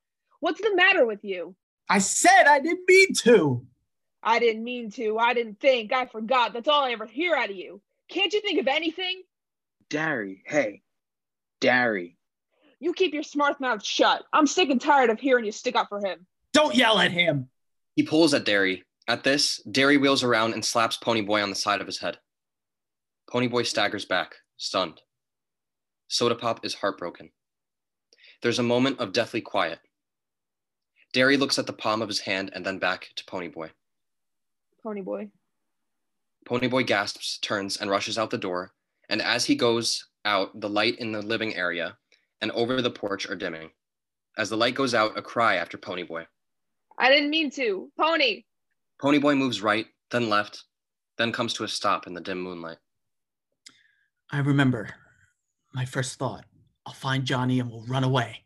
H: What's the matter with you?
C: I said I didn't mean to.
H: I didn't mean to. I didn't think. I forgot. That's all I ever hear out of you. Can't you think of anything?
I: Derry, hey. Derry.
H: You keep your smart mouth shut. I'm sick and tired of hearing you stick up for him.
C: Don't yell at him.
B: He pulls at Derry. At this, Derry wheels around and slaps Ponyboy on the side of his head. Ponyboy staggers back, stunned. Soda Pop is heartbroken. There's a moment of deathly quiet. Derry looks at the palm of his hand and then back to Ponyboy.
H: Pony boy.
B: Ponyboy gasps, turns, and rushes out the door. And as he goes out, the light in the living area and over the porch are dimming. As the light goes out, a cry after Ponyboy.
H: I didn't mean to. Pony.
B: Ponyboy moves right, then left, then comes to a stop in the dim moonlight.
C: I remember my first thought I'll find Johnny and we'll run away.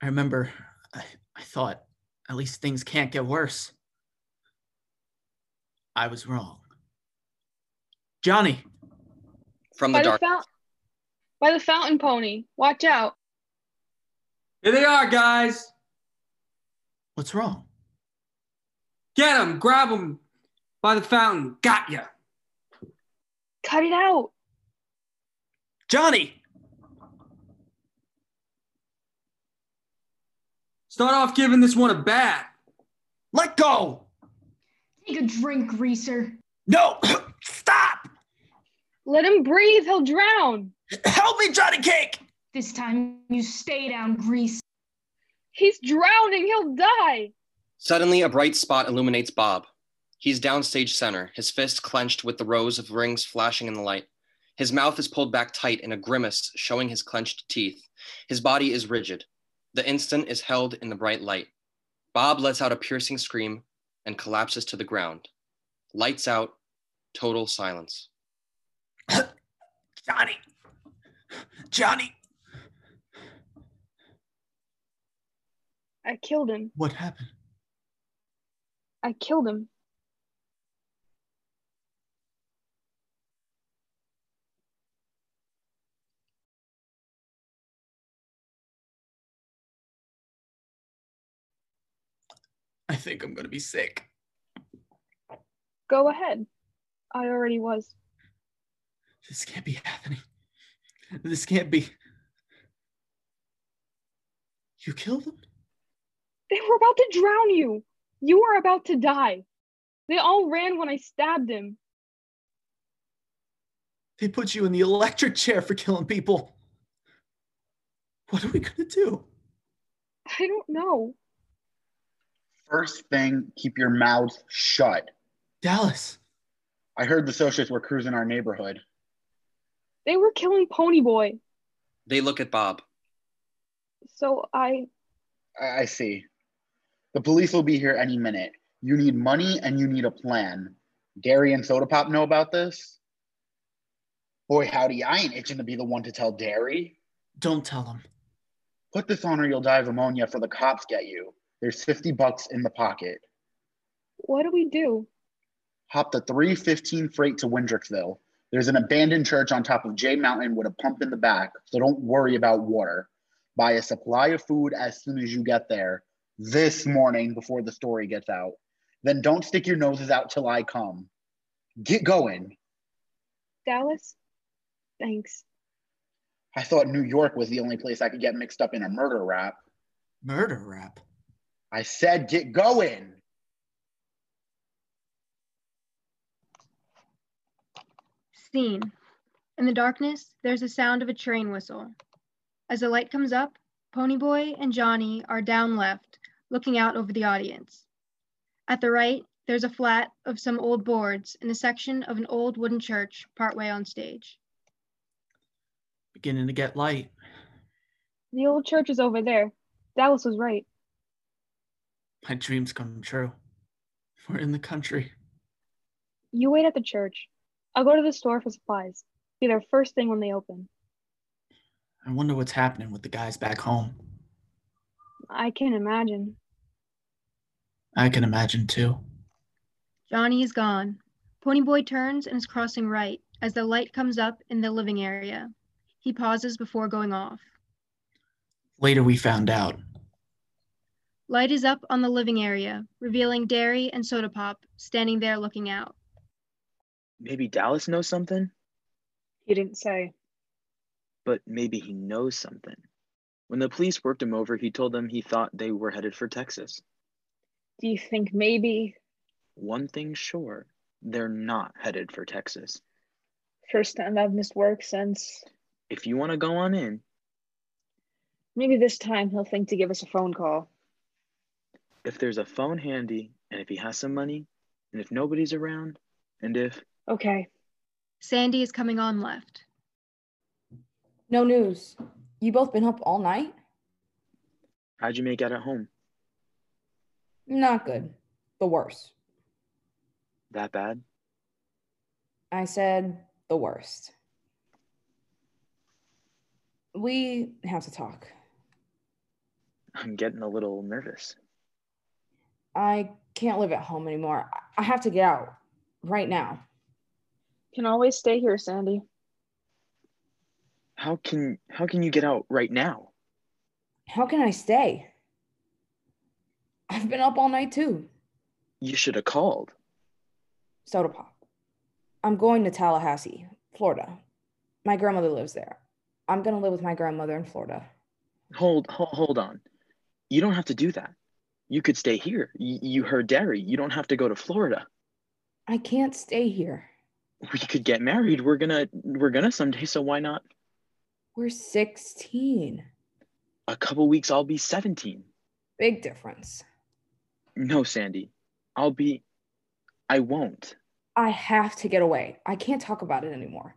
C: I remember I, I thought, at least things can't get worse. I was wrong. Johnny,
B: From
F: By the, fountain. By the fountain, Pony. Watch out.
N: Here they are, guys.
C: What's wrong?
N: Get them, grab them by the fountain. Got ya.
F: Cut it out.
C: Johnny!
N: Start off giving this one a bad.
O: Let go!
D: Take a drink, Greaser.
O: No!
F: Let him breathe, he'll drown.
O: Help me, Johnny Cake!
D: This time you stay down, Grease.
F: He's drowning, he'll die.
B: Suddenly, a bright spot illuminates Bob. He's downstage center, his fists clenched with the rows of rings flashing in the light. His mouth is pulled back tight in a grimace showing his clenched teeth. His body is rigid. The instant is held in the bright light. Bob lets out a piercing scream and collapses to the ground. Lights out, total silence.
O: Johnny! Johnny!
F: I killed him.
C: What happened?
F: I killed him.
C: I think I'm gonna be sick.
F: Go ahead. I already was.
C: This can't be happening. This can't be. You killed him?
F: They were about to drown you. You were about to die. They all ran when I stabbed him.
C: They put you in the electric chair for killing people. What are we gonna do?
F: I don't know.
G: First thing, keep your mouths shut.
C: Dallas.
G: I heard the socials were cruising our neighborhood.
F: They were killing Pony Boy.
B: They look at Bob.
F: So I
G: I, I see. The police will be here any minute. You need money and you need a plan. Dairy and Soda Pop know about this? Boy, howdy, I ain't itching to be the one to tell Dairy.
C: Don't tell them.
G: Put this on or you'll die of ammonia for the cops get you. There's 50 bucks in the pocket.
F: what do we do?
G: Hop the 315 freight to Windricksville. There's an abandoned church on top of J Mountain with a pump in the back, so don't worry about water. Buy a supply of food as soon as you get there this morning before the story gets out. Then don't stick your noses out till I come. Get going.
F: Dallas? Thanks.
G: I thought New York was the only place I could get mixed up in a murder rap.
C: Murder rap?
G: I said, get going.
P: Scene. In the darkness, there's a sound of a train whistle. As the light comes up, Ponyboy and Johnny are down left, looking out over the audience. At the right, there's a flat of some old boards in a section of an old wooden church partway on stage.
C: Beginning to get light.
F: The old church is over there. Dallas was right.
C: My dreams come true. We're in the country.
F: You wait at the church. I'll go to the store for supplies. Be there first thing when they open.
C: I wonder what's happening with the guys back home.
F: I can imagine.
C: I can imagine too.
P: Johnny is gone. Ponyboy turns and is crossing right as the light comes up in the living area. He pauses before going off.
C: Later, we found out.
P: Light is up on the living area, revealing Dairy and Soda Pop standing there looking out.
I: Maybe Dallas knows something,
F: He didn't say.
I: but maybe he knows something. When the police worked him over, he told them he thought they were headed for Texas.
H: Do you think maybe
I: One thing's sure, they're not headed for Texas.
H: first time I've missed work since
I: If you want to go on in,
H: maybe this time he'll think to give us a phone call.
I: if there's a phone handy, and if he has some money, and if nobody's around, and if
F: Okay.
P: Sandy is coming on left.
K: No news. You both been up all night?
I: how'd you make out at home?
K: Not good. The worst.
I: That bad?
K: I said the worst. We have to talk.
I: I'm getting a little nervous.
K: I can't live at home anymore. I- I have to get out right now.
H: Can always stay here, Sandy.
I: How can how can you get out right now?
K: How can I stay? I've been up all night too.
I: You should have called.
K: Soda pop. I'm going to Tallahassee, Florida. My grandmother lives there. I'm going to live with my grandmother in Florida.
I: Hold, hold hold on. You don't have to do that. You could stay here. Y- you heard Derry. You don't have to go to Florida.
K: I can't stay here.
I: We could get married. We're gonna we're gonna someday, so why not?
K: We're 16.
I: A couple weeks I'll be 17.
K: Big difference.
I: No, Sandy. I'll be I won't.
K: I have to get away. I can't talk about it anymore.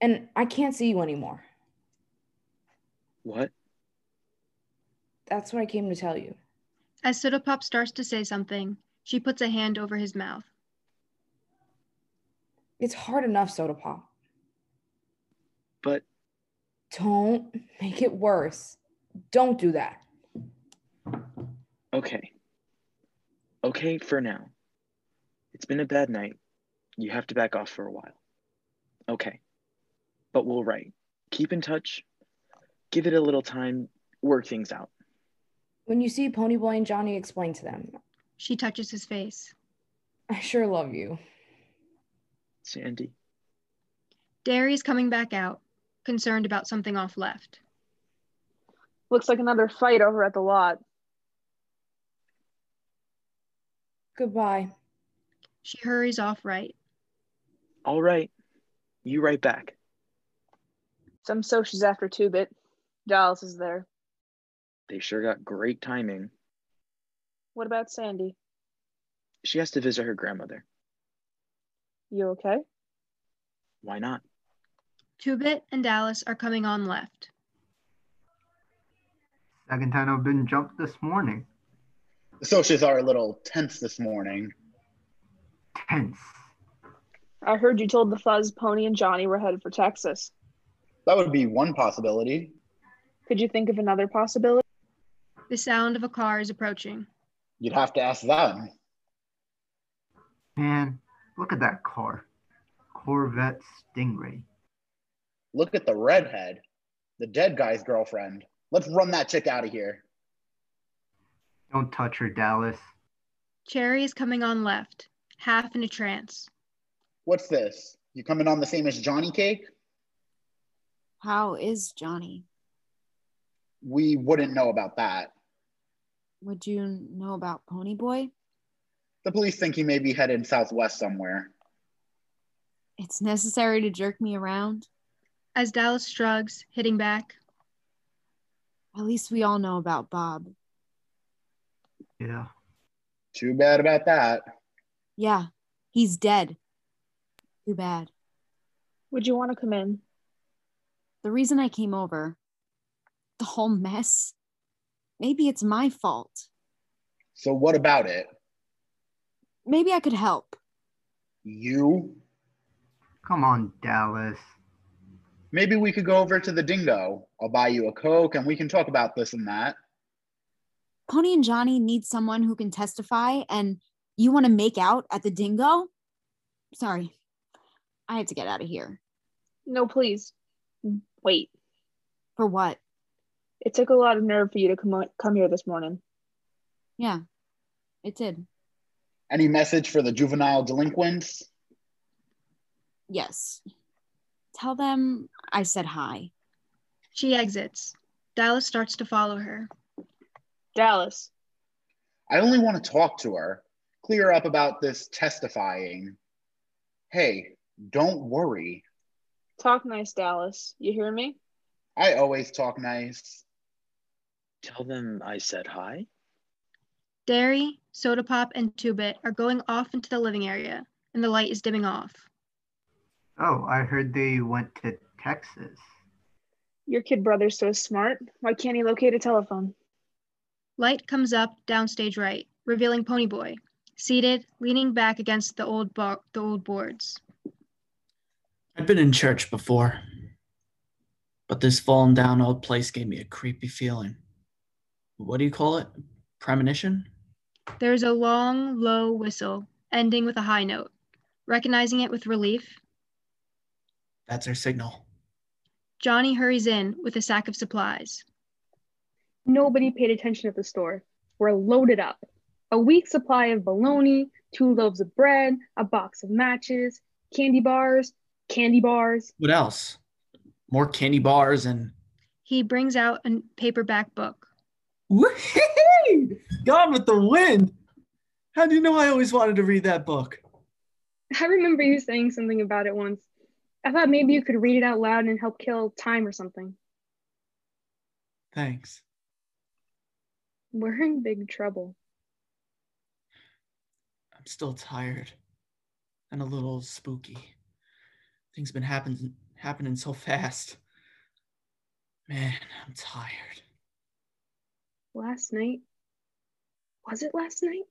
K: And I can't see you anymore.
I: What?
K: That's what I came to tell you.
P: As Soda Pop starts to say something, she puts a hand over his mouth.
K: It's hard enough, Soda Pop.
I: But
K: Don't make it worse. Don't do that.
I: okay. Okay for now. It's been a bad night. You have to back off for a while. Okay. But we'll write. Keep in touch. Give it a little time. Work things out.
K: When you see Ponyboy and Johnny, explain to them.
P: She touches his face.
K: I sure love you.
I: Sandy.
P: Derry is coming back out, concerned about something off left.
H: Looks like another fight over at the lot.
K: Goodbye.
P: She hurries off right.
I: All right. You right back.
H: Some socials after two bit. Dallas is there.
I: They sure got great timing.
H: What about Sandy?
I: She has to visit her grandmother.
H: You okay?
I: Why not?
P: Tubit and Dallas are coming on left.
J: Second time I've been jumped this morning.
G: The socials are a little tense this morning.
J: Tense.
H: I heard you told the Fuzz, Pony, and Johnny were headed for Texas.
G: That would be one possibility.
H: Could you think of another possibility?
P: The sound of a car is approaching.
G: You'd have to ask them.
J: Man, look at that car. Corvette Stingray.
G: Look at the redhead, the dead guy's girlfriend. Let's run that chick out of here.
J: Don't touch her, Dallas.
P: Cherry is coming on left, half in a trance.
G: What's this? You coming on the same as Johnny Cake?
L: How is Johnny?
G: We wouldn't know about that.
L: Would you know about Ponyboy?
G: The police think he may be headed southwest somewhere.
L: It's necessary to jerk me around.
P: As Dallas shrugs, hitting back,
L: At least we all know about Bob.
J: Yeah.
G: Too bad about that.
L: Yeah, he's dead. Too bad.
H: Would you want to come in?
L: The reason I came over, the whole mess, maybe it's my fault.
G: So, what about it?
L: Maybe I could help.
G: You?
J: Come on, Dallas.
G: Maybe we could go over to the dingo. I'll buy you a Coke and we can talk about this and that.
L: Pony and Johnny need someone who can testify, and you want to make out at the dingo? Sorry, I have to get out of here.
H: No, please. Wait.
L: For what?
H: It took a lot of nerve for you to come, on, come here this morning.
L: Yeah, it did.
G: Any message for the juvenile delinquents?
L: Yes. Tell them I said hi.
P: She exits. Dallas starts to follow her.
H: Dallas,
G: I only want to talk to her, clear up about this testifying. Hey, don't worry.
H: talk nice, Dallas. You hear me?
G: I always talk nice.
I: Tell them I said hi.
P: Derry, Soda Pop, and Tubit are going off into the living area, and the light is dimming off.
J: Oh, I heard they went to Texas.
H: Your kid brother's so smart. Why can't he locate a telephone?
P: Light comes up downstage right, revealing Ponyboy, seated, leaning back against the old, bo- the old boards.
C: I'd been in church before, but this fallen down old place gave me a creepy feeling. What do you call it? Premonition?
P: There is a long, low whistle, ending with a high note. Recognizing it with relief,
C: That's our signal.
P: Johnny hurries in with a sack of supplies.
Q: Nobody paid attention at the store. We're loaded up. A week's supply of bologna, two loaves of bread, a box of matches, candy bars, candy bars.
C: What else? More candy bars and
P: He brings out a paperback book.
C: Gone with the Wind? How do you know I always wanted to read that book?
F: I remember you saying something about it once. I thought maybe you could read it out loud and help kill time or something.
C: Thanks.
F: We're in big trouble.
C: I'm still tired and a little spooky. Things been happening happening so fast. Man, I'm tired.
F: Last night? Was it last night?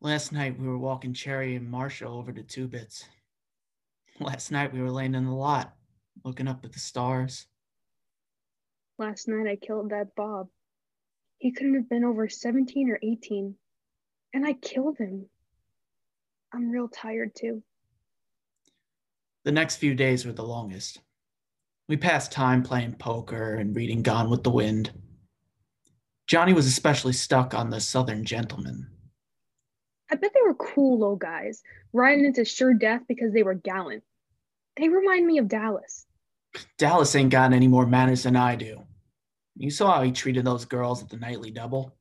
C: Last night we were walking Cherry and Marsha over to Two Bits. Last night we were laying in the lot, looking up at the stars.
F: Last night I killed that Bob. He couldn't have been over 17 or 18. And I killed him. I'm real tired too.
C: The next few days were the longest. We passed time playing poker and reading Gone with the Wind. Johnny was especially stuck on the Southern Gentleman.
F: I bet they were cool little guys, riding into sure death because they were gallant. They remind me of Dallas.
C: Dallas ain't got any more manners than I do. You saw how he treated those girls at the nightly double.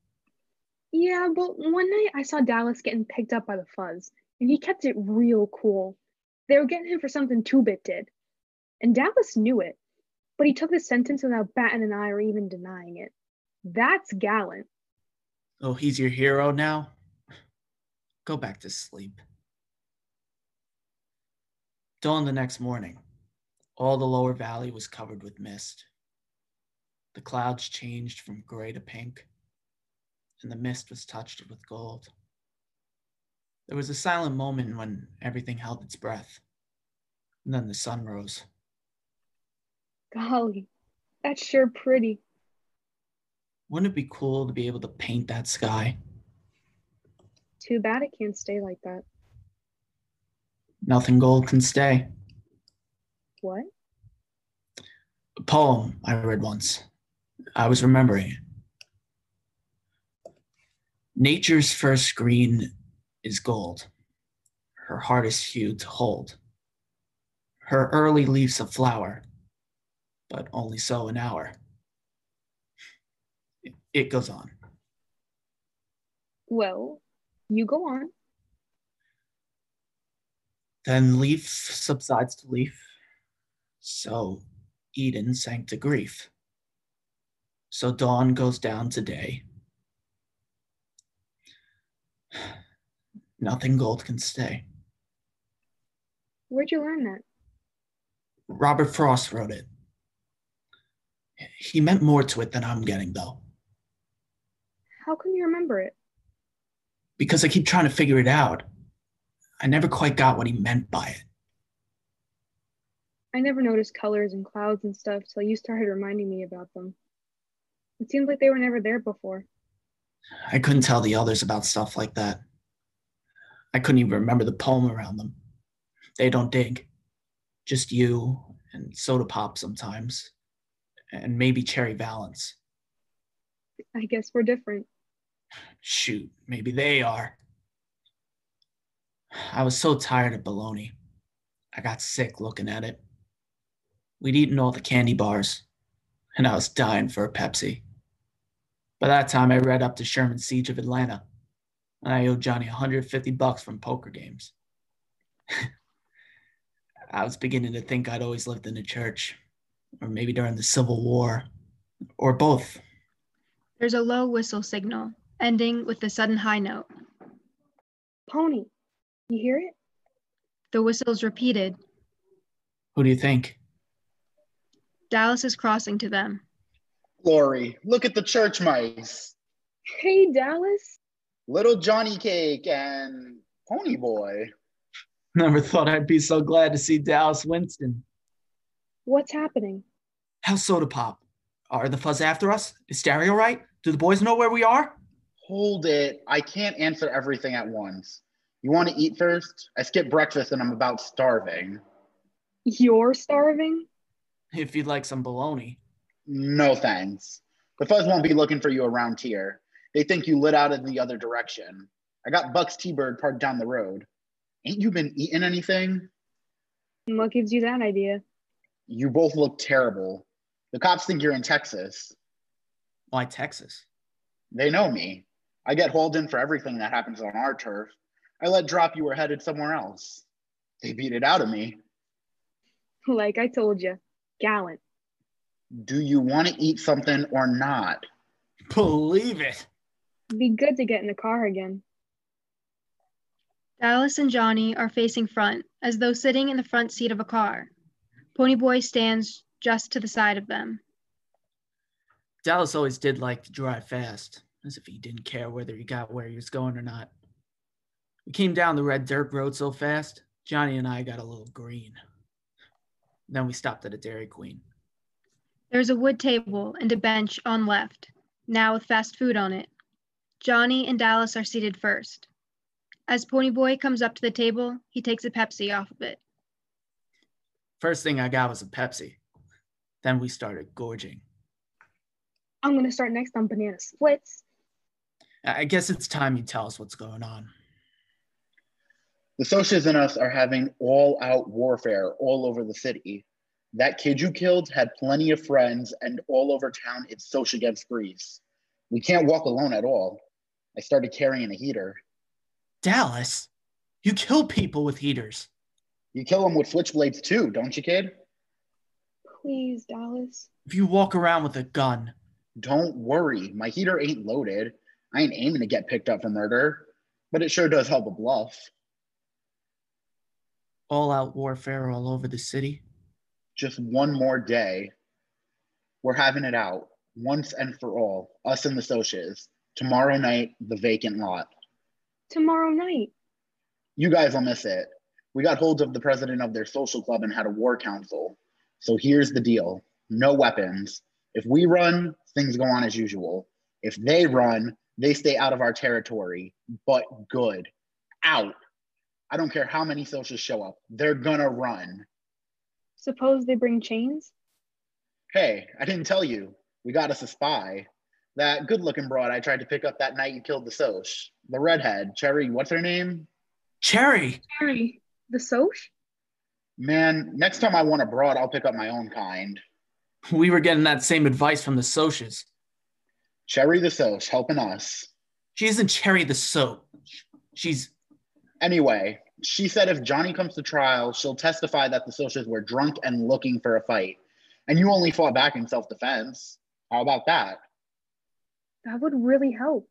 F: Yeah, but one night I saw Dallas getting picked up by the fuzz, and he kept it real cool. They were getting him for something Two Bit did. And Dallas knew it, but he took the sentence without batting an eye or even denying it. That's gallant.
C: Oh, he's your hero now? Go back to sleep. Dawn the next morning, all the lower valley was covered with mist. The clouds changed from gray to pink, and the mist was touched with gold. There was a silent moment when everything held its breath, and then the sun rose.
F: Golly, that's sure pretty.
C: Wouldn't it be cool to be able to paint that sky?
F: Too bad it can't stay like that.
C: Nothing gold can stay.
F: What?
C: A poem I read once. I was remembering. it. Nature's first green is gold. Her heart is hue to hold. Her early leaves a flower, but only so an hour. It- It goes on.
F: Well, you go on.
C: Then leaf subsides to leaf. So Eden sank to grief. So dawn goes down to day. Nothing gold can stay.
F: Where'd you learn that?
C: Robert Frost wrote it. He meant more to it than I'm getting, though,
F: How come you remember it?
C: because I keep trying to figure it out. I never quite got what he meant by it.
F: I never noticed colors and clouds and stuff till you started reminding me about them. It seems like they were never there before.
C: I couldn't tell the others about stuff like that. I couldn't even remember the poem around them. They don't dig. Just you and soda pop sometimes, and maybe Cherry Valance.
F: I guess we're different.
C: Shoot, maybe they are. I was so tired of bologna. I got sick looking at it. We'd eaten all the candy bars, and I was dying for a Pepsi. By that time, I read up to Sherman's siege of Atlanta, and I owed Johnny 150 bucks from poker games. I was beginning to think I'd always lived in a church, or maybe during the Civil War, or both.
P: There's a low whistle signal, ending with a sudden high note.
F: Pony, you hear it?
P: The whistle's repeated.
C: Who do you think?
P: Dallas is crossing to them.
G: Lori, look at the church mice.
F: Hey, Dallas.
G: Little Johnny Cake and Pony Boy.
C: Never thought I'd be so glad to see Dallas Winston.
F: What's happening?
C: How's Soda Pop? Are the fuzz after us? Is Stereo right? Do the boys know where we are?
G: Hold it. I can't answer everything at once. You want to eat first? I skipped breakfast and I'm about starving.
F: You're starving?
C: If you'd like some bologna.
G: No thanks. The fuzz won't be looking for you around here. They think you lit out in the other direction. I got Buck's T-Bird parked down the road. Ain't you been eating anything?
F: And what gives you that idea?
G: You both look terrible. The cops think you're in Texas.
C: Why Texas?
G: They know me. I get hauled in for everything that happens on our turf. I let drop you were headed somewhere else. They beat it out of me.
F: Like I told you, gallant.
G: Do you want to eat something or not?
R: Believe it.
F: It'd be good to get in the car again.
P: Dallas and Johnny are facing front, as though sitting in the front seat of a car. Ponyboy stands just to the side of them.
C: Dallas always did like to drive fast, as if he didn't care whether he got where he was going or not. We came down the red dirt road so fast, Johnny and I got a little green. Then we stopped at a Dairy Queen.
P: There's a wood table and a bench on left, now with fast food on it. Johnny and Dallas are seated first. As Ponyboy comes up to the table, he takes a Pepsi off of it.
C: First thing I got was a Pepsi. Then we started gorging.
F: I'm gonna start next on banana splits.
C: I I guess it's time you tell us what's going on.
G: The socias and us are having all out warfare all over the city. That kid you killed had plenty of friends, and all over town it's social against Greece. We can't walk alone at all. I started carrying a heater.
C: Dallas, you kill people with heaters.
G: You kill them with switchblades too, don't you, kid?
F: Please, Dallas.
C: If you walk around with a gun,
G: Don't worry, my heater ain't loaded. I ain't aiming to get picked up for murder, but it sure does help a bluff.
C: all out warfare all over the city.
G: Just one more day. We're having it out once and for all, us and the socias. Tomorrow night, the vacant lot.
F: Tomorrow night.
G: You guys will miss it. We got hold of the president of their social club and had a war council. So here's the deal no weapons. If we run, things go on as usual. If they run, they stay out of our territory, but good. Out. I don't care how many socials show up, they're gonna run.
F: Suppose they bring chains?
G: Hey, I didn't tell you. We got us a spy. That good looking broad I tried to pick up that night you killed the Soch. The redhead, Cherry, what's her name?
C: Cherry!
F: Harry, the Soch?
G: Man, next time I want a broad, I'll pick up my own kind.
C: We were getting that same advice from the socias.
G: Cherry the Soch helping us.
C: She isn't Cherry the Soch. She's
G: Anyway, she said if Johnny comes to trial, she'll testify that the socials were drunk and looking for a fight. And you only fought back in self defense. How about that?
F: That would really help.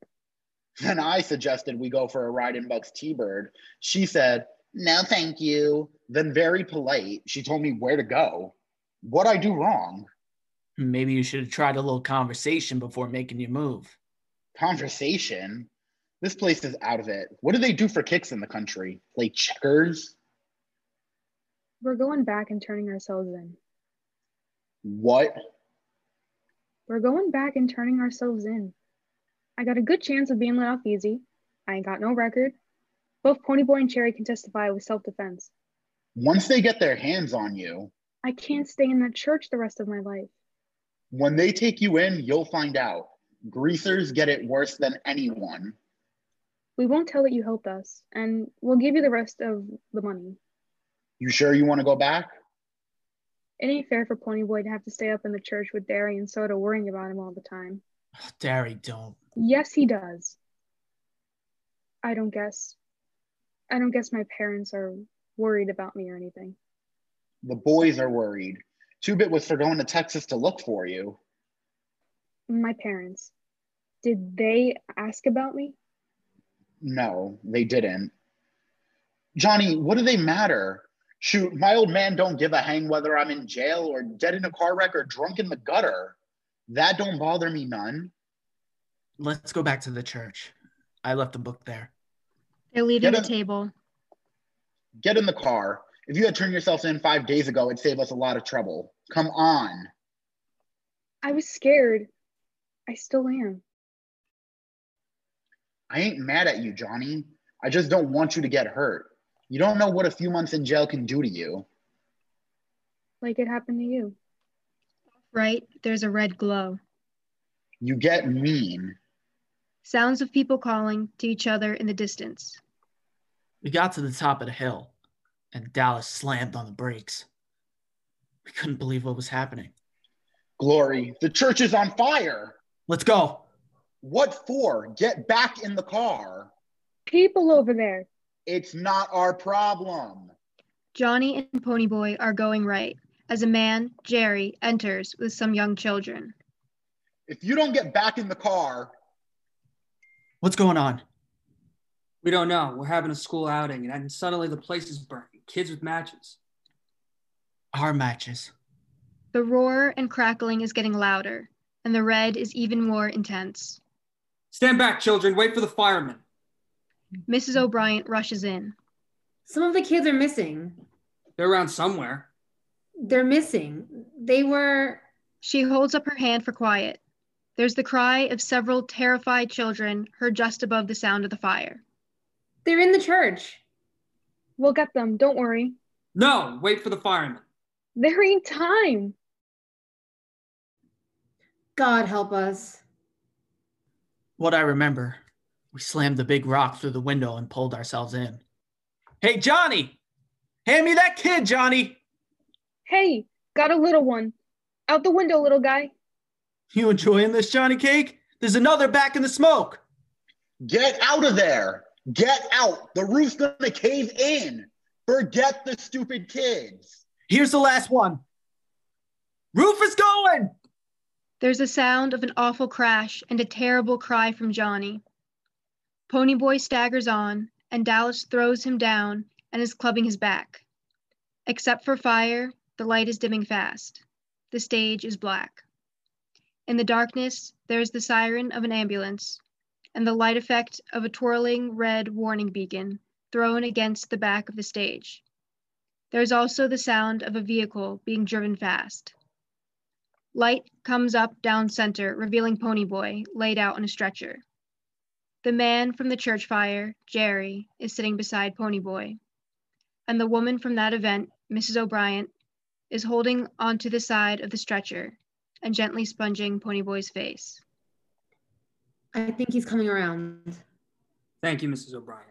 G: Then I suggested we go for a ride in Buck's T Bird. She said, No, thank you. Then, very polite, she told me where to go. What I do wrong?
C: maybe you should have tried a little conversation before making your move.
G: Conversation? This place is out of it. What do they do for kicks in the country? Play checkers?
F: We're going back and turning ourselves in.
G: What?
F: We're going back and turning ourselves in. I got a good chance of being let off easy. I ain't got no record. Both Ponyboy and Cherry can testify with self defense.
G: Once they get their hands on you,
F: I can't stay in that church the rest of my life.
G: when they take you in, you'll find out. Greasers get it worse than anyone.
F: We won't tell that you helped us, and we'll give you the rest of the money.
G: You sure you want to go back?
F: It ain't fair for Ponyboy to have to stay up in the church with Derry and Soda worrying about him all the time.
C: Derry, don't.
F: Yes, he does. I don't guess. I don't guess my parents are worried about me or anything.
G: The boys are worried. Two Bit was for going to Texas to look for you.
F: My parents. Did they ask about me?
G: No, they didn't. Johnny, what do they matter? Shoot, my old man don't give a hang whether I'm in jail or dead in a car wreck or drunk in the gutter. That don't bother me none.
C: Let's go back to the church. I left the book there.
P: They're leaving
G: Get
P: the table.
G: Get in the car. If you had turned yourself in five days ago, it'd save us a lot of trouble. Come on.
F: I was scared. I still am.
G: I ain't mad at you, Johnny. I just don't want you to get hurt. You don't know what a few months in jail can do to you.
F: Like it happened to you.
P: Right, there's a red glow.
G: You get mean.
P: Sounds of people calling to each other in the distance.
C: We got to the top of the hill, and Dallas slammed on the brakes. We couldn't believe what was happening.
G: Glory, the church is on fire.
C: Let's go.
G: What for? Get back in the car.
Q: People over there.
G: It's not our problem.
P: Johnny and Ponyboy are going right as a man, Jerry, enters with some young children.
G: If you don't get back in the car,
C: What's going on?
N: We don't know. We're having a school outing, and then suddenly the place is burning. Kids with matches.
C: Our matches.
P: The roar and crackling is getting louder, and the red is even more intense.
N: Stand back, children. Wait for the firemen.
P: Mrs. O'Brien rushes in.
S: Some of the kids are missing.
N: They're around somewhere.
S: They're missing. They were.
P: She holds up her hand for quiet. There's the cry of several terrified children heard just above the sound of the fire.
S: They're in the church.
Q: We'll get them. Don't worry.
N: No, wait for the firemen.
Q: There ain't time.
S: God help us.
C: What I remember, we slammed the big rock through the window and pulled ourselves in. Hey, Johnny! Hand me that kid, Johnny!
Q: Hey, got a little one. Out the window, little guy.
C: You enjoying this, Johnny Cake? There's another back in the smoke.
G: Get out of there. Get out. The roof's gonna cave in. Forget the stupid kids.
C: Here's the last one. Roof is going.
P: There's a sound of an awful crash and a terrible cry from Johnny. Ponyboy staggers on, and Dallas throws him down and is clubbing his back. Except for fire, the light is dimming fast. The stage is black. In the darkness, there is the siren of an ambulance and the light effect of a twirling red warning beacon thrown against the back of the stage. There is also the sound of a vehicle being driven fast. Light comes up down center, revealing Ponyboy laid out on a stretcher. The man from the church fire, Jerry, is sitting beside Ponyboy. And the woman from that event, Mrs. O'Brien, is holding onto the side of the stretcher and gently sponging Ponyboy's face.
S: I think he's coming around.
N: Thank you, Mrs. O'Brien.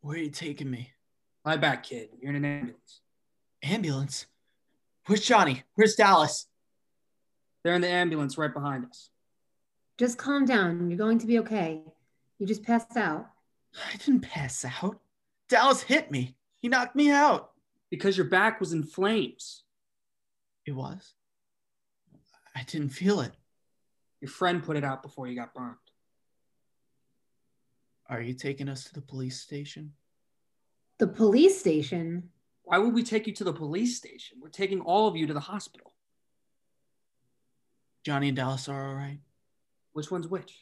C: Where are you taking me?
N: Lie back, kid. You're in an ambulance.
C: Ambulance? Where's Johnny? Where's Dallas?
N: They're in the ambulance right behind us.
S: Just calm down. You're going to be okay. You just passed out.
C: I didn't pass out. Dallas hit me. He knocked me out.
N: Because your back was in flames.
C: It was? I didn't feel it.
N: Your friend put it out before you got burned.
C: Are you taking us to the police station?
S: The police station?
N: Why would we take you to the police station? We're taking all of you to the hospital.
C: Johnny and Dallas are all right.
N: Which one's which?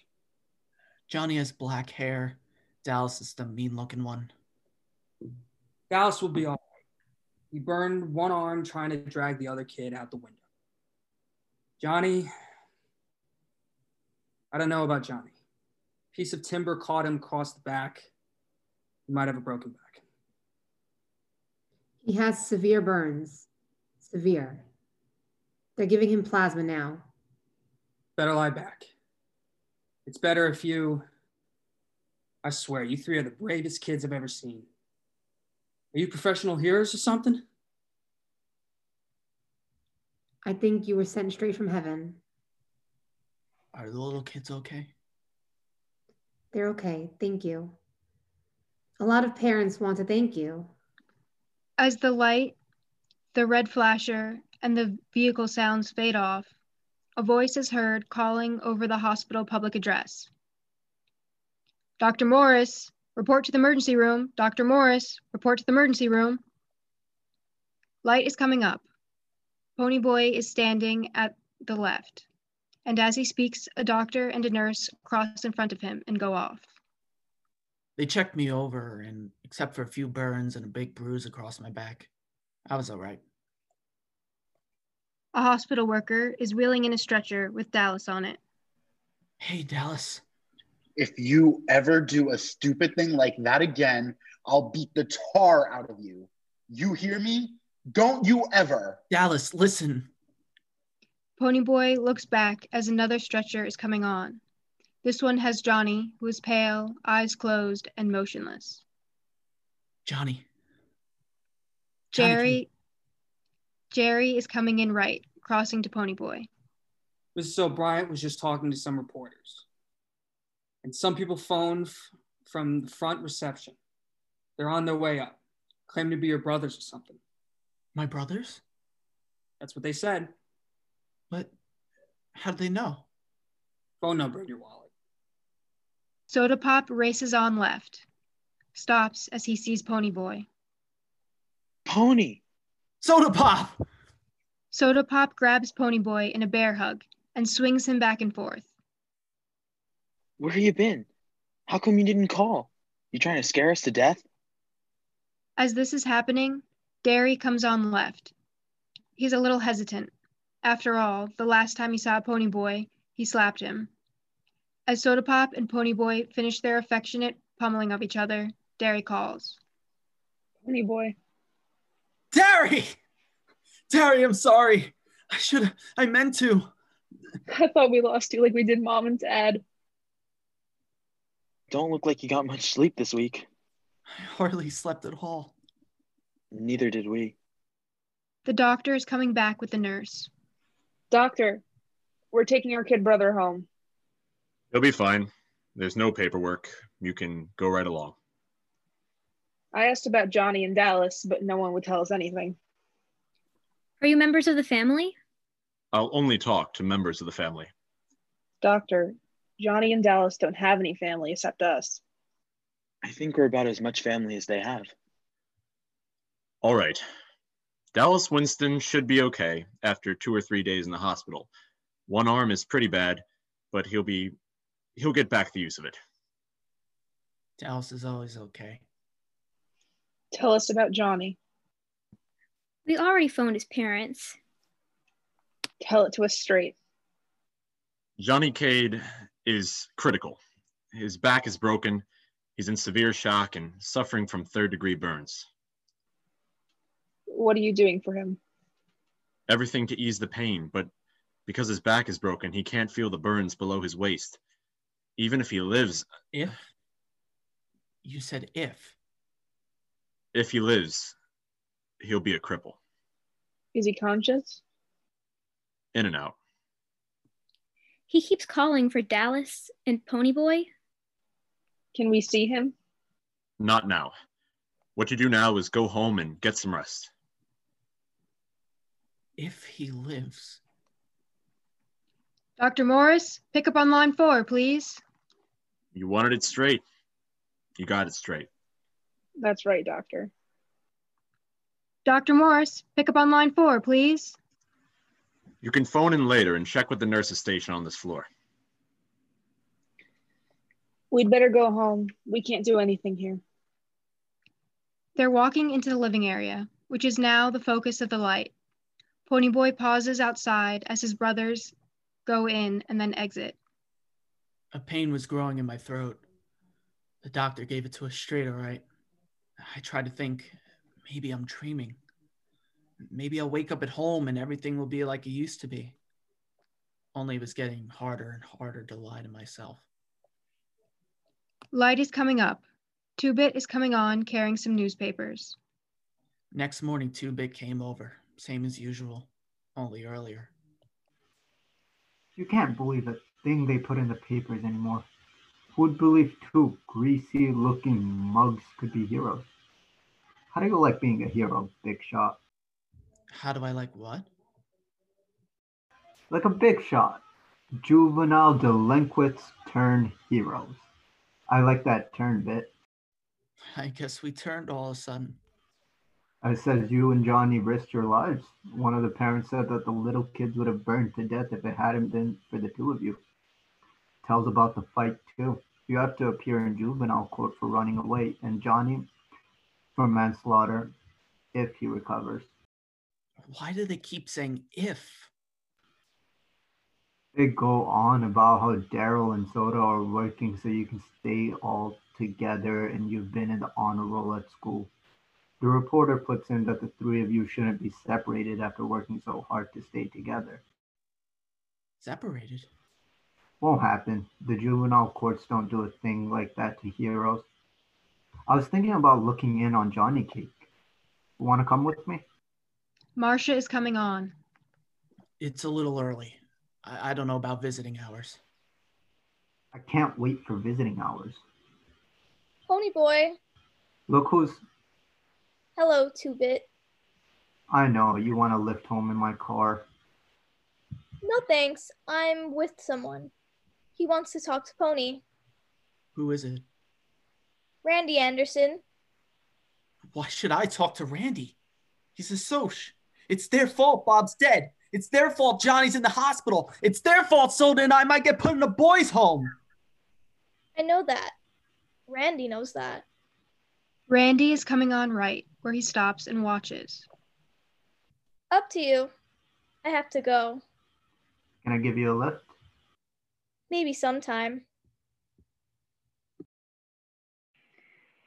C: Johnny has black hair. Dallas is the mean looking one.
N: Dallas will
C: Hmm.
N: be all right. He burned one arm trying to drag the other kid out the window. Johnny I don't know about Johnny. Piece of timber caught him across the back. He might have a broken back.
S: He has severe burns. Severe. They're giving him plasma now.
N: Better lie back. It's better if you. I swear, you three are the bravest kids I've ever seen. Are you professional heroes or something?
S: I think you were sent straight from heaven.
C: Are the little kids okay?
S: They're okay. Thank you. A lot of parents want to thank you.
P: As the light, the red flasher, and the vehicle sounds fade off, a voice is heard calling over the hospital public address Dr. Morris, report to the emergency room. Dr. Morris, report to the emergency room. Light is coming up. Ponyboy is standing at the left and as he speaks, a doctor and a nurse cross in front of him and go off.
C: They checked me over, and except for a few burns and a big bruise across my back, I was all right.
P: A hospital worker is wheeling in a stretcher with Dallas on it.
C: Hey, Dallas.
G: If you ever do a stupid thing like that again, I'll beat the tar out of you. You hear me? Don't you ever.
C: Dallas, listen.
P: Ponyboy looks back as another stretcher is coming on. This one has Johnny, who is pale, eyes closed, and motionless.
C: Johnny.
P: Jerry. Johnny Jerry is coming in right, crossing to Ponyboy.
N: Mrs. O'Brien was just talking to some reporters. And some people phoned f- from the front reception. They're on their way up, claim to be your brothers or something.
C: My brothers?
N: That's what they said.
C: But how do they know?
N: Phone number in your wallet.
P: Soda Pop races on left, stops as he sees Pony Boy.
I: Pony!
C: Soda Pop!
P: Soda Pop grabs Pony Boy in a bear hug and swings him back and forth.
I: Where have you been? How come you didn't call? You trying to scare us to death?
P: As this is happening, Gary comes on left. He's a little hesitant. After all, the last time he saw Pony Boy, he slapped him. As Soda Pop and Pony Boy finish their affectionate pummeling of each other, Derry calls.
Q: Pony Boy.
C: Terry! Terry, I'm sorry. I should I meant to.
Q: I thought we lost you like we did mom and dad.
I: Don't look like you got much sleep this week.
C: I hardly slept at all.
I: Neither did we.
P: The doctor is coming back with the nurse.
H: Doctor, we're taking our kid brother home.
T: He'll be fine. There's no paperwork. You can go right along.
H: I asked about Johnny in Dallas, but no one would tell us anything.
U: Are you members of the family?
T: I'll only talk to members of the family.
H: Doctor, Johnny and Dallas don't have any family except us.
I: I think we're about as much family as they have.
T: All right. Dallas Winston should be okay after two or three days in the hospital. One arm is pretty bad, but he'll be he'll get back the use of it.
C: Dallas is always okay.
H: Tell us about Johnny.
U: We already phoned his parents.
H: Tell it to us straight.
T: Johnny Cade is critical. His back is broken. He's in severe shock and suffering from third degree burns.
H: What are you doing for him?
T: Everything to ease the pain, but because his back is broken, he can't feel the burns below his waist. Even if he lives.
C: If? You said if.
T: If he lives, he'll be a cripple.
H: Is he conscious?
T: In and out.
U: He keeps calling for Dallas and Ponyboy.
H: Can we see him?
T: Not now. What you do now is go home and get some rest.
C: If he lives.
P: Dr. Morris, pick up on line four, please.
T: You wanted it straight. You got it straight.
H: That's right, doctor.
P: Dr. Morris, pick up on line four, please.
T: You can phone in later and check with the nurse's station on this floor.
H: We'd better go home. We can't do anything here.
P: They're walking into the living area, which is now the focus of the light. Ponyboy pauses outside as his brothers go in and then exit.
C: A pain was growing in my throat. The doctor gave it to us straight, all right. I tried to think maybe I'm dreaming. Maybe I'll wake up at home and everything will be like it used to be. Only it was getting harder and harder to lie to myself.
P: Light is coming up. Two Bit is coming on carrying some newspapers.
C: Next morning, Two Bit came over, same as usual, only earlier.
J: You can't believe the thing they put in the papers anymore. Who'd believe two greasy looking mugs could be heroes? How do you like being a hero, big shot?
C: How do I like what?
J: Like a big shot. Juvenile delinquents turn heroes. I like that turn bit.
C: I guess we turned all of a sudden.
J: It says you and Johnny risked your lives. One of the parents said that the little kids would have burned to death if it hadn't been for the two of you. Tells about the fight too. You have to appear in juvenile court for running away, and Johnny for manslaughter if he recovers.
C: Why do they keep saying if?
J: They go on about how Daryl and Soda are working so you can stay all together and you've been in the honor roll at school. The reporter puts in that the three of you shouldn't be separated after working so hard to stay together.
C: Separated?
J: Won't happen. The juvenile courts don't do a thing like that to heroes. I was thinking about looking in on Johnny Cake. Want to come with me?
P: Marcia is coming on.
C: It's a little early. I, I don't know about visiting hours.
J: I can't wait for visiting hours.
M: Pony boy.
J: Look who's.
M: Hello, Two Bit.
J: I know you want to lift home in my car.
M: No thanks. I'm with someone. He wants to talk to Pony.
C: Who is it?
M: Randy Anderson.
C: Why should I talk to Randy? He's a soch. It's their fault Bob's dead. It's their fault Johnny's in the hospital. It's their fault Soda and I might get put in a boys' home.
M: I know that. Randy knows that.
P: Randy is coming on right, where he stops and watches.
M: Up to you. I have to go.
J: Can I give you a lift?
M: Maybe sometime.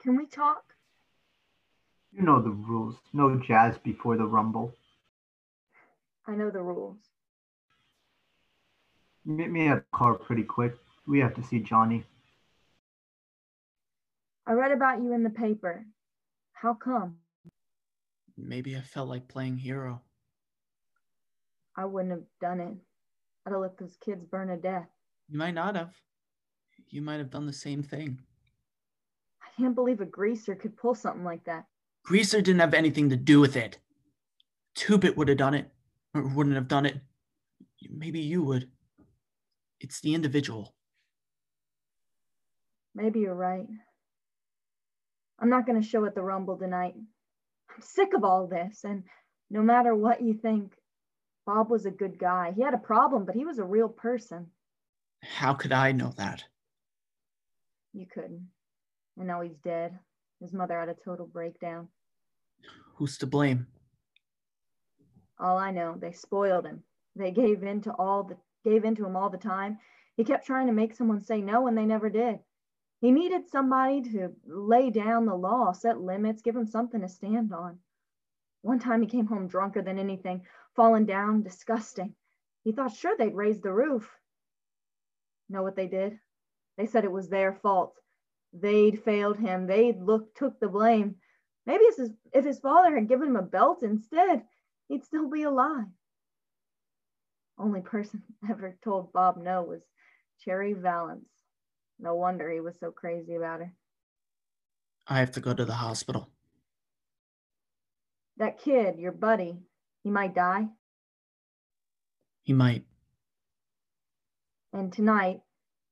E: Can we talk?
J: You know the rules. No jazz before the rumble.
E: I know the rules.
J: Meet me at the car pretty quick. We have to see Johnny.
E: I read about you in the paper. How come?
C: Maybe I felt like playing hero.
E: I wouldn't have done it. I'd have let those kids burn to death.
C: You might not have. You might have done the same thing.
E: I can't believe a greaser could pull something like that.
C: Greaser didn't have anything to do with it. Two Bit would have done it, or wouldn't have done it. Maybe you would. It's the individual.
E: Maybe you're right. I'm not going to show at the Rumble tonight. I'm sick of all this, and no matter what you think, Bob was a good guy. He had a problem, but he was a real person.
C: How could I know that?
E: You couldn't. And now he's dead. His mother had a total breakdown.
C: Who's to blame?
E: All I know, they spoiled him. They gave in to all the gave in to him all the time. He kept trying to make someone say no and they never did. He needed somebody to lay down the law, set limits, give him something to stand on. One time he came home drunker than anything, fallen down, disgusting. He thought sure they'd raise the roof. Know what they did? They said it was their fault. They'd failed him. They'd look, took the blame. Maybe if his, if his father had given him a belt instead, he'd still be alive. Only person ever told Bob no was Cherry Valance. No wonder he was so crazy about her.
C: I have to go to the hospital.
E: That kid, your buddy, he might die.
C: He might.
E: And tonight,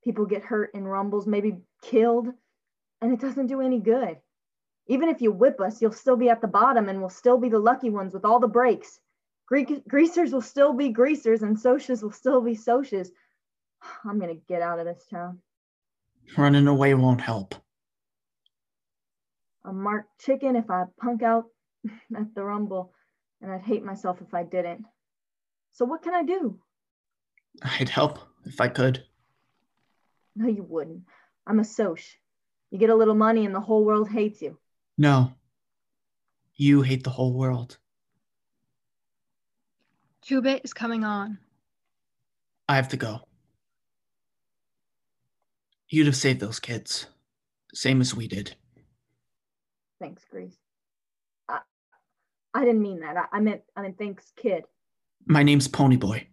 E: people get hurt in rumbles, maybe killed, and it doesn't do any good. Even if you whip us, you'll still be at the bottom and we'll still be the lucky ones with all the breaks. Gre- greasers will still be greasers and socias will still be socias. I'm going to get out of this town.
C: Running away won't help.
E: I'm marked chicken if I punk out at the rumble, and I'd hate myself if I didn't. So, what can I do?
C: I'd help if I could.
E: No, you wouldn't. I'm a soch. You get a little money, and the whole world hates you.
C: No. You hate the whole world.
P: Two Bit is coming on.
C: I have to go. You'd have saved those kids, same as we did.
E: Thanks, Grease. I, I didn't mean that. I, I meant I meant thanks, kid.
C: My name's Ponyboy.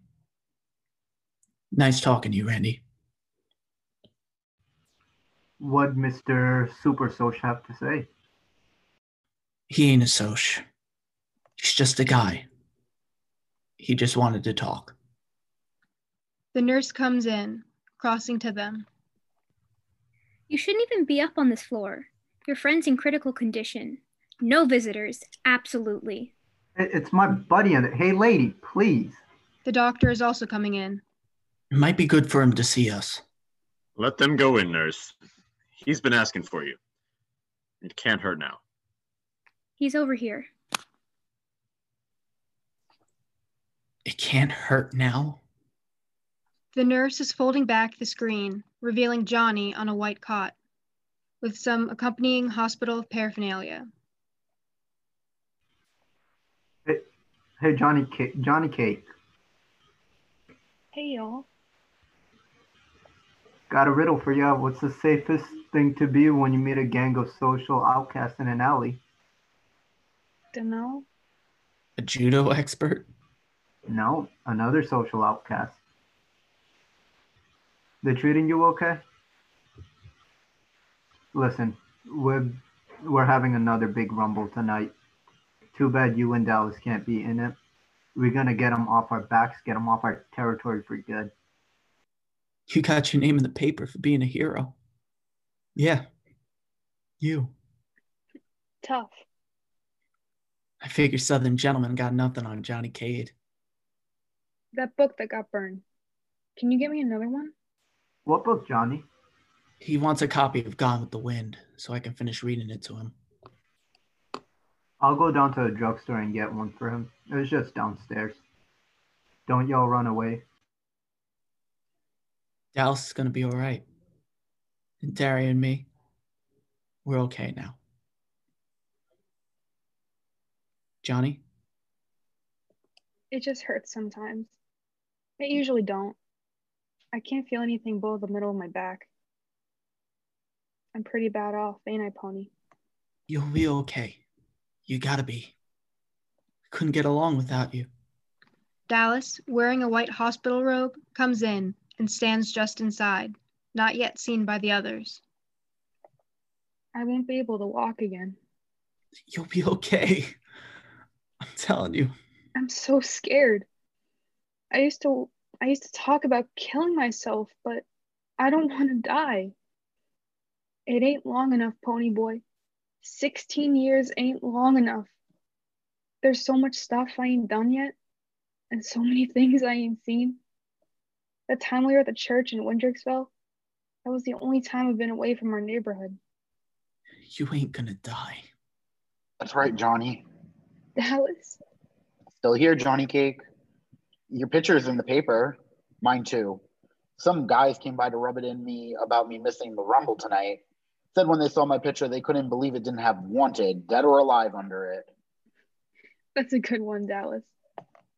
C: Nice talking to you, Randy.
J: What Mr. Super Soch have to say?
C: He ain't a soch. He's just a guy. He just wanted to talk.
P: The nurse comes in, crossing to them.
U: You shouldn't even be up on this floor. Your friend's in critical condition. No visitors, absolutely.
J: It- It's my buddy. And hey, lady, please.
P: The doctor is also coming in.
C: It might be good for him to see us.
T: Let them go in, nurse. He's been asking for you. It can't hurt now.
U: He's over here.
C: It can't hurt now.
P: The nurse is folding back the screen, revealing Johnny on a white cot with some accompanying hospital paraphernalia.
J: Hey, Johnny, Ca- Johnny Cake,
F: Hey, y'all.
J: got a riddle for you. What's the safest thing to be when you meet a gang of social outcasts in an alley?
F: Dunno.
C: A judo expert?
J: No, another social outcast. They're treating you okay? Listen, we're we're having another big rumble tonight. Too bad you and Dallas can't be in it. We're gonna get them off our backs, get them off our territory for good.
C: You got your name in the paper for being a hero. Yeah. You.
F: Tough.
C: I figure Southern gentlemen got nothing on Johnny Cade.
F: That book that got burned. Can you get me another one?
J: What book, Johnny?
C: He wants a copy of Gone with the Wind so I can finish reading it to him.
J: I'll go down to the drugstore and get one for him. It was just downstairs. Don't y'all run away.
C: Dallas is going to be all right. And Derry and me, we're okay now. Johnny?
F: It just hurts sometimes. I usually don't. I can't feel anything below the middle of my back. I'm pretty bad off, ain't I, Pony?
C: You'll be okay. You gotta be. Couldn't get along without you.
P: Dallas, wearing a white hospital robe, comes in and stands just inside, not yet seen by the others.
F: I won't be able to walk again.
C: You'll be okay. I'm telling you.
F: I'm so scared. I used to I used to talk about killing myself, but I don't want to die. It ain't long enough, pony boy. 16 years ain't long enough. There's so much stuff I ain't done yet and so many things I ain't seen. The time we were at the church in Windricksville, that was the only time I've been away from our neighborhood.
C: You ain't gonna die.
G: That's right, Johnny.
F: Dallas,
G: Still here, Johnny Cake. Your picture's in the paper. Mine too. Some guys came by to rub it in me about me missing the rumble tonight. Said when they saw my picture, they couldn't believe it didn't have wanted, dead or alive under it.
F: that's a good one, Dallas.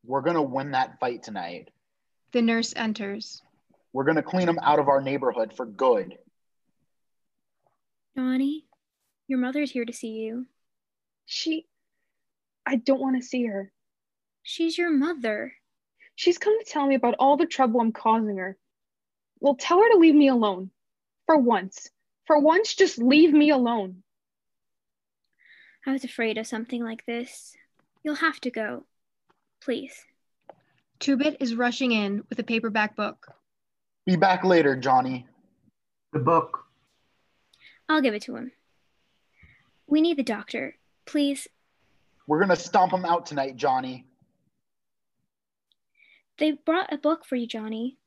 G: We're gonna win that fight tonight.
P: The nurse enters.
G: We're gonna clean them out of our neighborhood for good.
U: Johnny, your mother's here to see you.
F: She. I don't want to see her.
U: She's your mother.
F: She's come to tell me about all the trouble I'm causing her. Well, tell her to leave me alone. For once. For once, just leave me alone.
U: I was afraid of something like this. You'll have to go. Please.
P: Tubit is rushing in with a paperback book.
G: Be back later, Johnny.
J: The book.
U: I'll give it to him. We need the doctor. Please.
G: We're gonna stomp them out tonight, Johnny.
U: They brought a book for you, Johnny.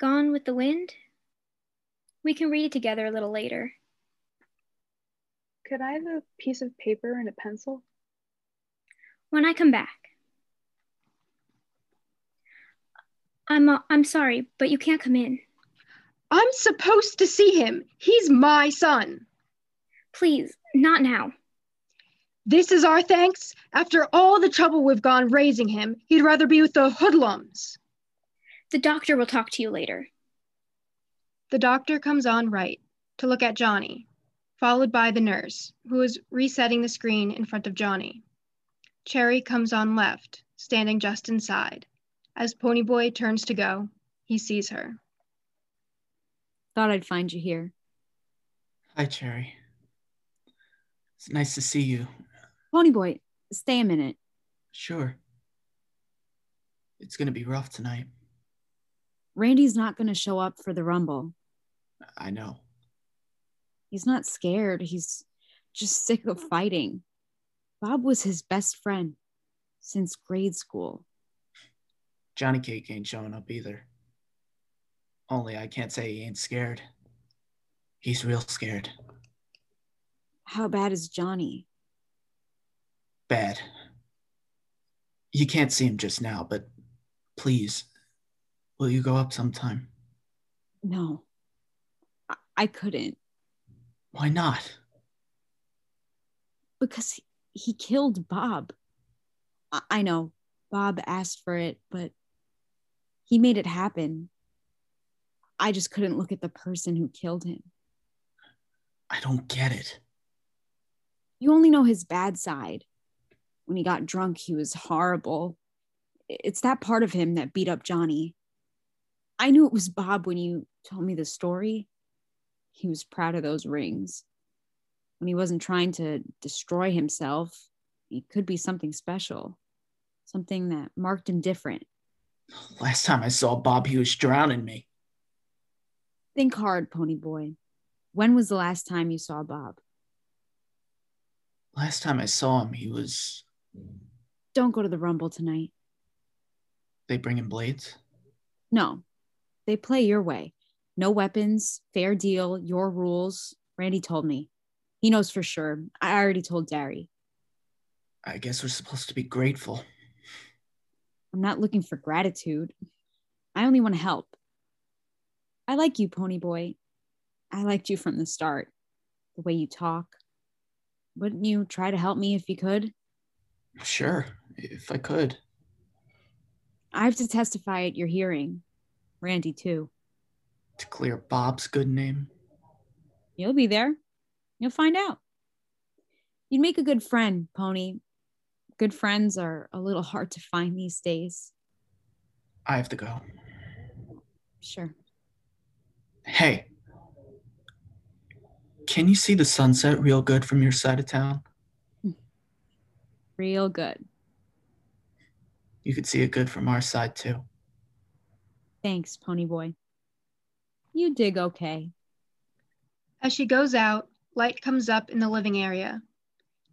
U: Gone with the Wind? We can read it together a little later.
F: Could I have a piece of paper and a pencil?
U: When I come back. I'm, uh, I'm sorry, but you can't come in.
P: I'm supposed to see him. He's my son.
U: Please, not now.
P: This is our thanks. After all the trouble we've gone raising him, he'd rather be with the hoodlums.
U: The doctor will talk to you later.
P: The doctor comes on right to look at Johnny, followed by the nurse, who is resetting the screen in front of Johnny. Cherry comes on left, standing just inside. As Ponyboy turns to go, he sees her.
L: Thought I'd find you here.
C: Hi, Cherry. It's nice to see you.
L: Ponyboy, stay a minute.
C: Sure. It's gonna be rough tonight.
L: Randy's not going to show up for the Rumble.
C: I know.
L: He's not scared. He's just sick of fighting. Bob was his best friend since grade school.
C: Johnny Cake ain't showing up either. Only I can't say he ain't scared. He's real scared.
L: How bad is Johnny?
C: Bad. You can't see him just now, but please, will you go up sometime?
L: No, I, I couldn't
C: Why not?
L: because he, he killed Bob. I, I know Bob asked for it, but he made it happen. I just couldn't look at the person who killed him.
C: I don't get it.
L: You only know his bad side. When he got drunk, he was horrible. I- It's that part of him that beat up Johnny. I knew it was Bob when you told me the story. He was proud of those rings. When he wasn't trying to destroy himself, it could be something special, something that marked him different.
C: Last time I saw Bob, he was drowning me.
L: Think hard, Pony Boy. When was the last time you saw Bob?
C: Last time I saw him, he was.
L: Don't go to the Rumble tonight.
C: They bring him blades?
L: No, they play your way. No weapons, fair deal, your rules. Randy told me. He knows for sure. I already told Derry.
C: I guess we're supposed to be grateful.
L: I'm not looking for gratitude. I only want to help. I like you, Pony Boy. I liked you from the start, the way you talk. Wouldn't you try to help me if you could?
C: Sure, if I could.
L: I have to testify at your hearing. Randy, too.
C: To clear Bob's good name.
L: You'll be there. You'll find out. You'd make a good friend, Pony. Good friends are a little hard to find these days.
C: I have to go.
L: Sure.
C: Hey, can you see the sunset real good from your side of town?
L: Real good.
C: You could see it good from our side, too.
L: Thanks, Pony Boy. You dig okay.
P: As she goes out, light comes up in the living area.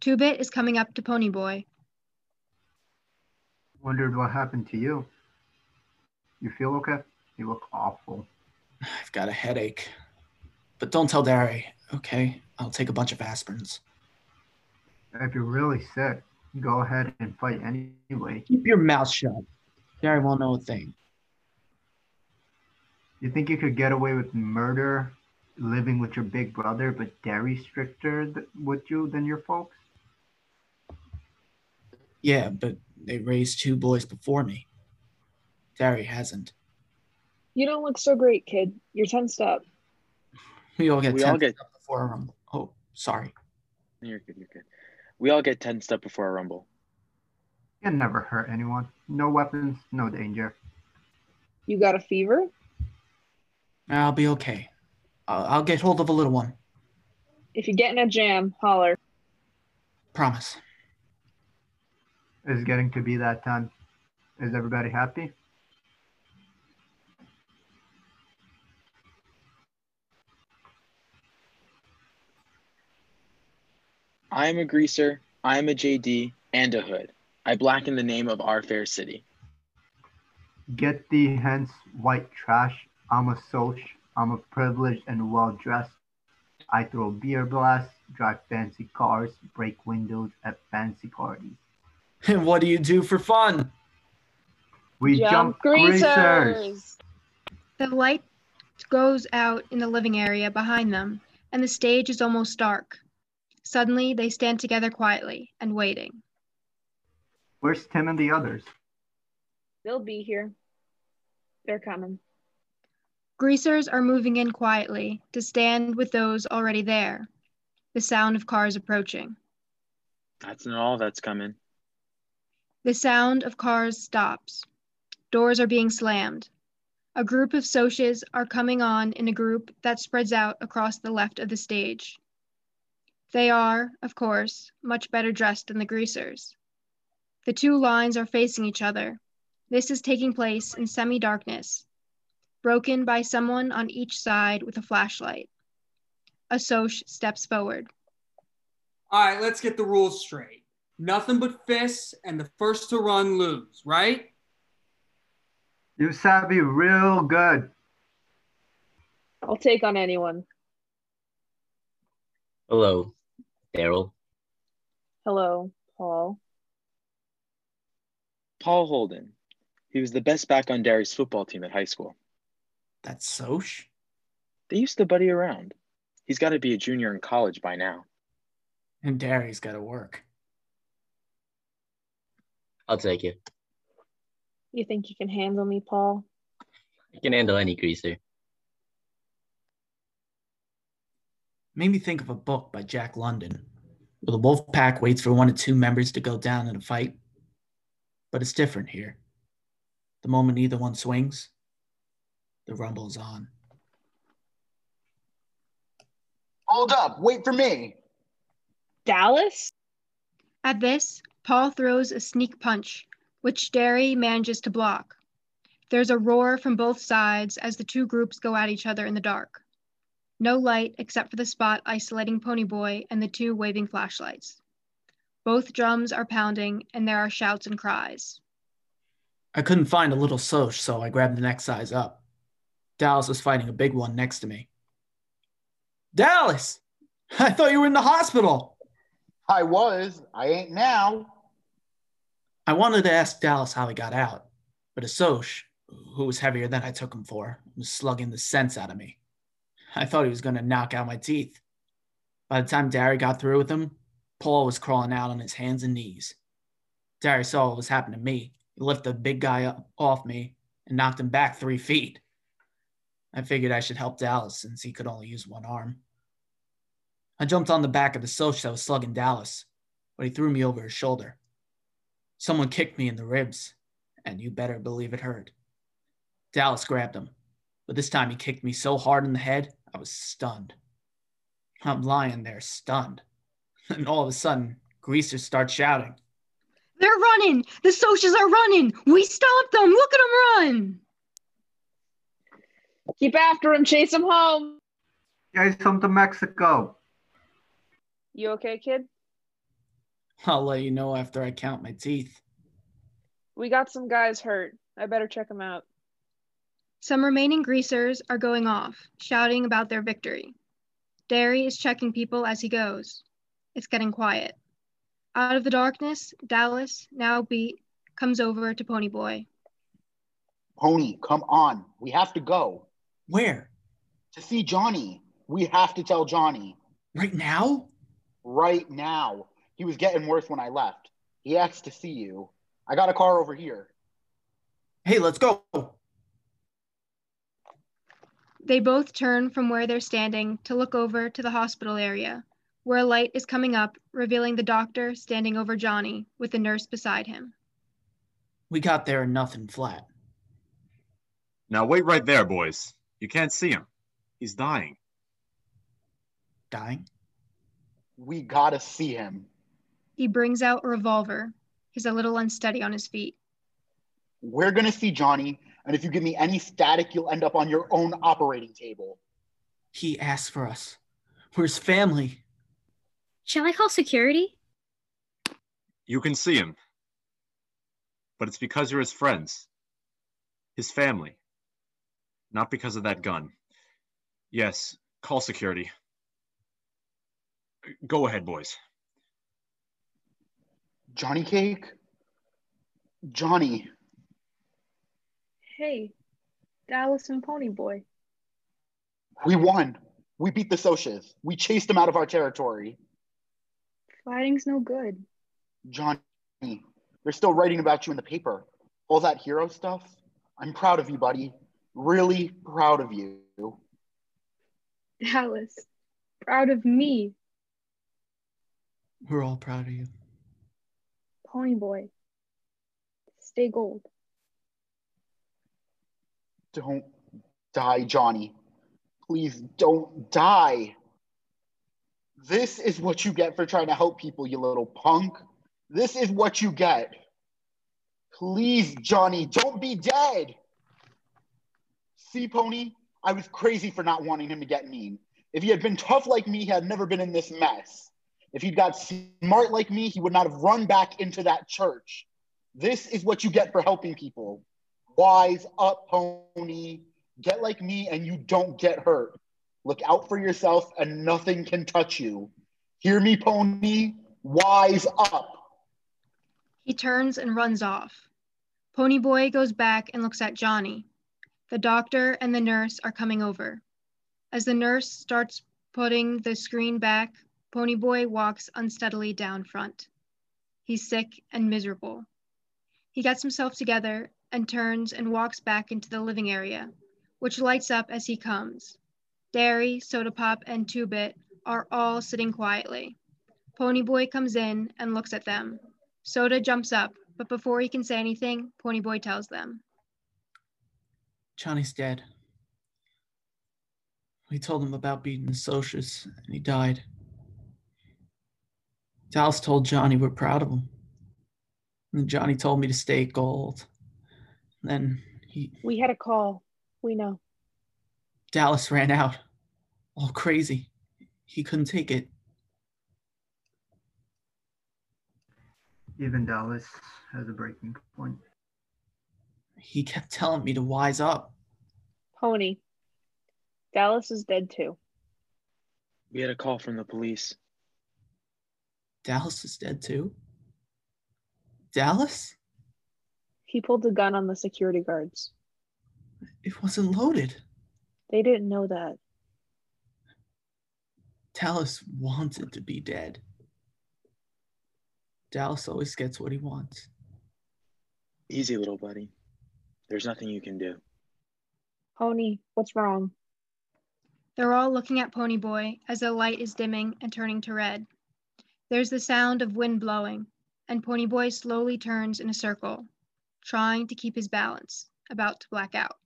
P: Two Bit is coming up to Ponyboy.
J: Wondered what happened to you. You feel okay? You look awful.
C: I've got a headache. But don't tell Derry, okay? I'll take a bunch of aspirins.
J: If you're really sick, go ahead and fight anyway.
C: Keep your mouth shut. Derry won't know a thing.
J: You think you could get away with murder living with your big brother, but Derry stricter th- with you than your folks?
C: Yeah, but they raised two boys before me. Derry hasn't.
H: You don't look so great, kid. You're tensed up.
C: We all get
I: We all
C: tempted
I: get.
C: up before a rumble. Oh, sorry.
I: You're good. You're good. We all get tensed up before a rumble.
J: Can never hurt anyone. No weapons, no danger.
H: You got a fever?
C: I'll be okay. I'll, I'll get hold of a little one.
H: If you get in a jam, holler.
C: Promise.
J: It's getting to be that time. Is everybody happy?
I: I am a greaser. I am a JD and a hood. I blacken the name of our fair city.
J: Get thee hence, white trash. I'm a soch. I'm a privileged and well dressed. I throw beer blasts, drive fancy cars, break windows at fancy parties.
C: And what do you do for fun?
J: We jump, greasers.
P: The light goes out in the living area behind them, and the stage is almost dark. Suddenly, they stand together quietly and waiting.
J: Where's Tim and the others?
H: They'll be here. They're coming.
P: Greasers are moving in quietly to stand with those already there. The sound of cars approaching.
I: That's not all that's coming.
P: The sound of cars stops. Doors are being slammed. A group of Soches are coming on in a group that spreads out across the left of the stage. They are, of course, much better dressed than the greasers. The two lines are facing each other. This is taking place in semi darkness, broken by someone on each side with a flashlight. A Soch steps forward.
N: All right, let's get the rules straight. Nothing but fists, and the first to run lose, right?
J: You savvy real good.
H: I'll take on anyone.
V: Hello, Daryl.
H: Hello, Paul.
I: Paul Holden. He was the best back on Derry's football team at high school.
C: That's Soch?
I: They used to buddy around. He's got to be a junior in college by now.
C: And Derry's got to work.
V: I'll take it.
H: You think you can handle me, Paul?
V: I can handle any greaser.
C: Made me think of a book by Jack London, where the wolf pack waits for one or two members to go down in a fight. But it's different here. The moment either one swings, The rumble's on.
G: Hold up, wait for me.
P: Dallas? At this, Paul throws a sneak punch, which Derry manages to block. There's a roar from both sides as the two groups go at each other in the dark. No light except for the spot isolating Ponyboy and the two waving flashlights. Both drums are pounding, and there are shouts and cries.
C: I couldn't find a little soch, so I grabbed the next size up. Dallas was fighting a big one next to me. Dallas! I thought you were in the hospital.
G: I was. I ain't now.
C: I wanted to ask Dallas how he got out, but Asosh, who was heavier than I took him for, was slugging the sense out of me. I thought he was going to knock out my teeth. By the time Derry got through with him, Paul was crawling out on his hands and knees. Derry saw what was happening to me. He lifted the big guy up off me and knocked him back three feet. I figured I should help Dallas since he could only use one arm. I jumped on the back of the soch that was slugging Dallas, but he threw me over his shoulder. Someone kicked me in the ribs, and you better believe it hurt. Dallas grabbed him, but this time he kicked me so hard in the head, I was stunned. I'm lying there stunned. And all of a sudden, Greaser starts shouting.
W: They're running! The Socias are running! We stopped them! Look at them run!
H: Keep after him, chase him home.
J: Chase him to Mexico.
H: You okay, kid?
C: I'll let you know after I count my teeth.
H: We got some guys hurt. I better check them out.
P: Some remaining greasers are going off, shouting about their victory. Derry is checking people as he goes. It's getting quiet. Out of the darkness, Dallas, now beat, comes over to Ponyboy.
G: Pony, come on. We have to go.
C: Where?
G: To see Johnny. We have to tell Johnny.
C: Right now?
G: Right now. He was getting worse when I left. He asked to see you. I got a car over here.
C: Hey, let's go.
P: They both turn from where they're standing to look over to the hospital area, where a light is coming up, revealing the doctor standing over Johnny with the nurse beside him.
C: We got there and nothing flat.
T: Now wait right there, boys. You can't see him. He's dying.
C: Dying?
G: We gotta see him.
P: He brings out a revolver. He's a little unsteady on his feet.
G: We're gonna see Johnny, and if you give me any static, you'll end up on your own operating table.
C: He asked for us. We're his family.
U: Shall I call security?
T: You can see him. But it's because you're his friends, his family, not because of that gun. Yes, call security. Go ahead, boys.
G: Johnny Cake? Johnny.
P: Hey, Dallas and Ponyboy.
G: We won. We beat the Socias. We chased them out of our territory.
P: Fighting's no good.
G: Johnny, they're still writing about you in the paper. All that hero stuff. I'm proud of you, buddy. Really proud of you.
P: Dallas, proud of me.
C: We're all proud of you.
P: Pony boy. Stay gold.
G: Don't die, Johnny. Please don't die. This is what you get for trying to help people, you little punk. This is what you get. Please, Johnny, don't be dead. See, Pony, I was crazy for not wanting him to get mean. If he had been tough like me, he had never been in this mess. If he'd got smart like me, he would not have run back into that church. This is what you get for helping people. Wise up, Pony. Get like me, and you don't get hurt. Look out for yourself, and nothing can touch you. Hear me, Pony? Wise up.
P: He turns and runs off. Ponyboy goes back and looks at Johnny. The doctor and the nurse are coming over. As the nurse starts putting the screen back, Ponyboy walks unsteadily down front. He's sick and miserable. He gets himself together and turns and walks back into the living area, which lights up as he comes. Dairy, Soda Pop, and Two Bit are all sitting quietly. Ponyboy comes in and looks at them. Soda jumps up, but before he can say anything, Ponyboy tells them.
C: Johnny's dead. We told him about beating the socius, and he died. Dallas told Johnny we're proud of him. And Johnny told me to stay gold. And then he
F: We had a call. We know.
C: Dallas ran out, all crazy. He couldn't take it.
J: Even Dallas has a breaking point.
C: He kept telling me to wise up.
F: Pony. Dallas is dead too.
I: We had a call from the police.
C: Dallas is dead too. Dallas?
F: He pulled a gun on the security guards.
C: It wasn't loaded.
F: They didn't know that.
C: Dallas wanted to be dead. Dallas always gets what he wants.
I: Easy, little buddy. There's nothing you can do.
F: Pony, what's wrong?
P: They're all looking at Ponyboy as the light is dimming and turning to red. There's the sound of wind blowing, and Ponyboy slowly turns in a circle, trying to keep his balance, about to black out.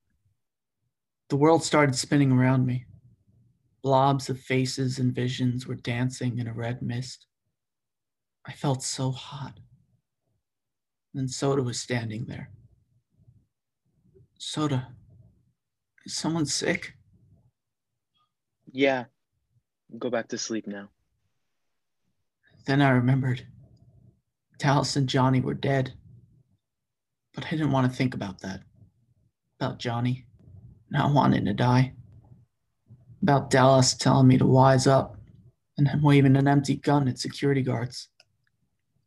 C: The world started spinning around me. Blobs of faces and visions were dancing in a red mist. I felt so hot. Then Soda was standing there. Soda, is someone sick?
I: Yeah. Go back to sleep now.
C: Then I remembered. Dallas and Johnny were dead. But I didn't want to think about that. About Johnny not wanting to die. About Dallas telling me to wise up and him waving an empty gun at security guards.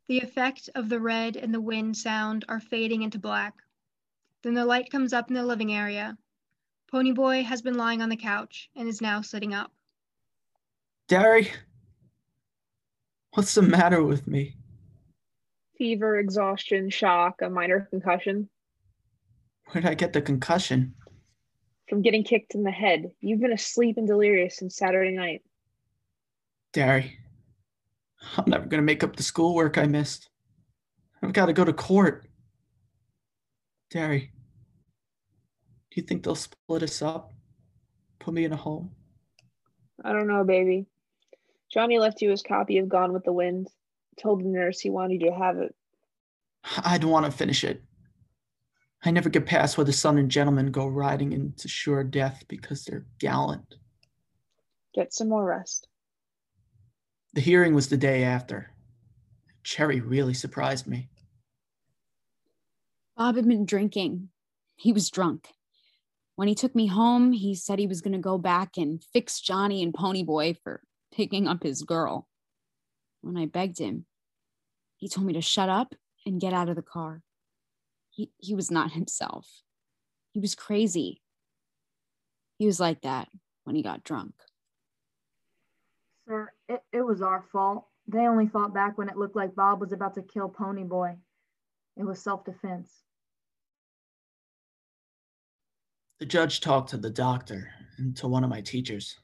P: The effect of the red and the wind sound are fading into black. Then the light comes up in the living area. Ponyboy has been lying on the couch and is now sitting up.
C: Derry, what's the matter with me?
H: Fever, exhaustion, shock, a minor concussion.
C: Where'd I get the concussion?
H: From getting kicked in the head. You've been asleep and delirious since Saturday night.
C: Derry, I'm never going to make up the schoolwork I missed. I've got to go to court. Derry, do you think they'll split us up? Put me in a home?
H: I don't know, baby. Johnny left you his copy of Gone with the Wind. Told the nurse he wanted you to have it.
C: I'd want to finish it. I never get past where the son and gentleman go riding into sure death because they're gallant.
H: Get some more rest.
C: The hearing was the day after. Cherry really surprised me.
L: Bob had been drinking. He was drunk. When he took me home, he said he was going to go back and fix Johnny and Ponyboy for picking up his girl. When I begged him, he told me to shut up and get out of the car. He, he was not himself. He was crazy. He was like that when he got drunk.
E: Sir, it, it was our fault. They only fought back when it looked like Bob was about to kill Ponyboy. It was self defense.
C: The judge talked to the doctor and to one of my teachers.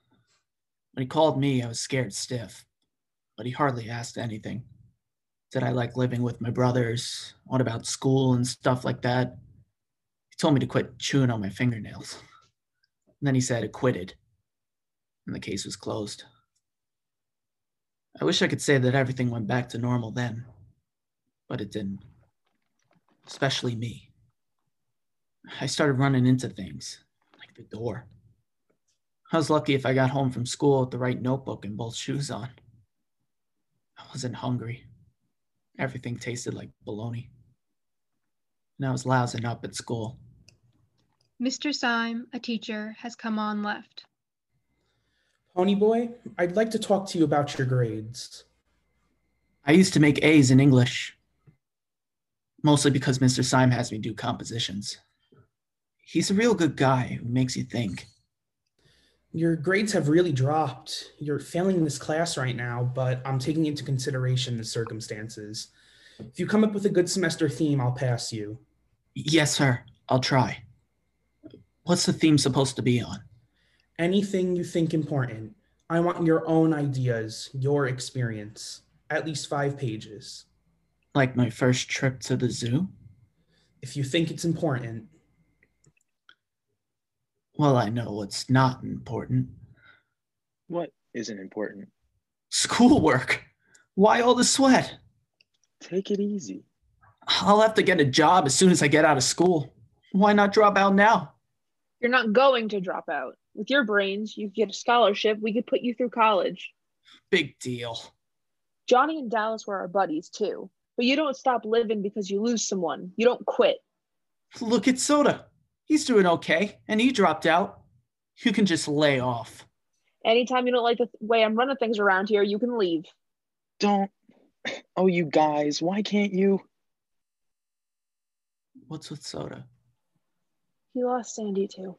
C: When he called me, I was scared stiff, but he hardly asked anything. Did I like living with my brothers? What about school and stuff like that? He told me to quit chewing on my fingernails. And then he said acquitted, and the case was closed. I wish I could say that everything went back to normal then, but it didn't. Especially me. I started running into things, like the door. I was lucky if I got home from school with the right notebook and both shoes on. I wasn't hungry. Everything tasted like bologna. And I was lousing up at school.
P: Mr. Syme, a teacher, has come on left.
A: Pony boy, I'd like to talk to you about your grades.
C: I used to make A's in English, mostly because Mr. Syme has me do compositions. He's a real good guy who makes you think.
A: Your grades have really dropped. You're failing this class right now, but I'm taking into consideration the circumstances. If you come up with a good semester theme, I'll pass you.
C: Yes, sir, I'll try. What's the theme supposed to be on?
A: Anything you think important. I want your own ideas, your experience. At least five pages.
C: Like my first trip to the zoo?
A: If you think it's important.
C: Well, I know what's not important.
I: What isn't important?
C: Schoolwork. Why all the sweat?
I: Take it easy.
C: I'll have to get a job as soon as I get out of school. Why not drop out now?
H: You're not going to drop out. With your brains, you get a scholarship. We could put you through college.
C: Big deal.
H: Johnny and Dallas were our buddies too. But you don't stop living because you lose someone. You don't quit.
C: Look at Soda. He's doing okay, and he dropped out. You can just lay off.
H: Anytime you don't like the th- way I'm running things around here, you can leave.
I: Don't. Oh, you guys, why can't you?
C: What's with Soda?
H: He lost Sandy too.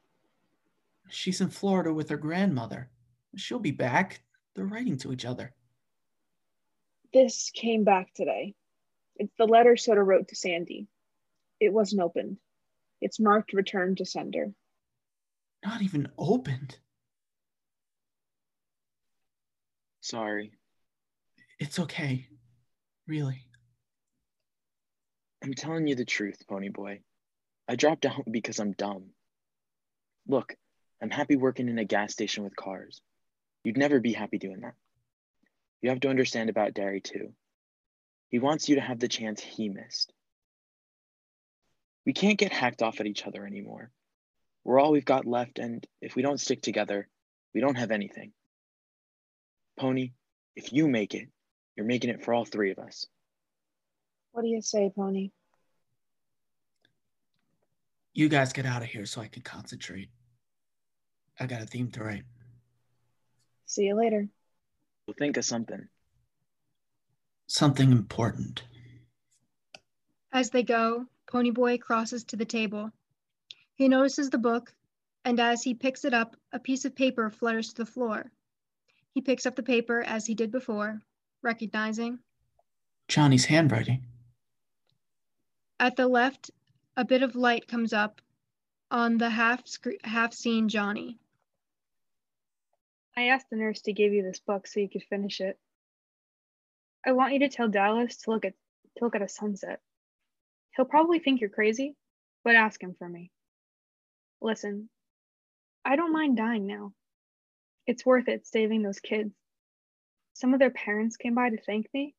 C: She's in Florida with her grandmother. She'll be back. They're writing to each other.
H: This came back today. It's the letter Soda wrote to Sandy. It wasn't opened. It's marked return to sender.
C: Not even opened.
I: Sorry.
C: It's okay. Really.
I: I'm telling you the truth, Pony Boy. I dropped out because I'm dumb. Look, I'm happy working in a gas station with cars. You'd never be happy doing that. You have to understand about Derry, too. He wants you to have the chance he missed. We can't get hacked off at each other anymore. We're all we've got left, and if we don't stick together, we don't have anything. Pony, if you make it, you're making it for all three of us.
H: What do you say, Pony?
C: You guys get out of here so I can concentrate. I got a theme to write.
H: See you later.
I: We'll think of something.
C: Something important.
P: As they go, Ponyboy crosses to the table. He notices the book, and as he picks it up, a piece of paper flutters to the floor. He picks up the paper as he did before, recognizing
C: Johnny's handwriting.
P: At the left, a bit of light comes up on the half scre- half seen Johnny.
F: I asked the nurse to give you this book so you could finish it. I want you to tell Dallas to look at to look at a sunset. He'll probably think you're crazy, but ask him for me. Listen, I don't mind dying now. It's worth it saving those kids. Some of their parents came by to thank me,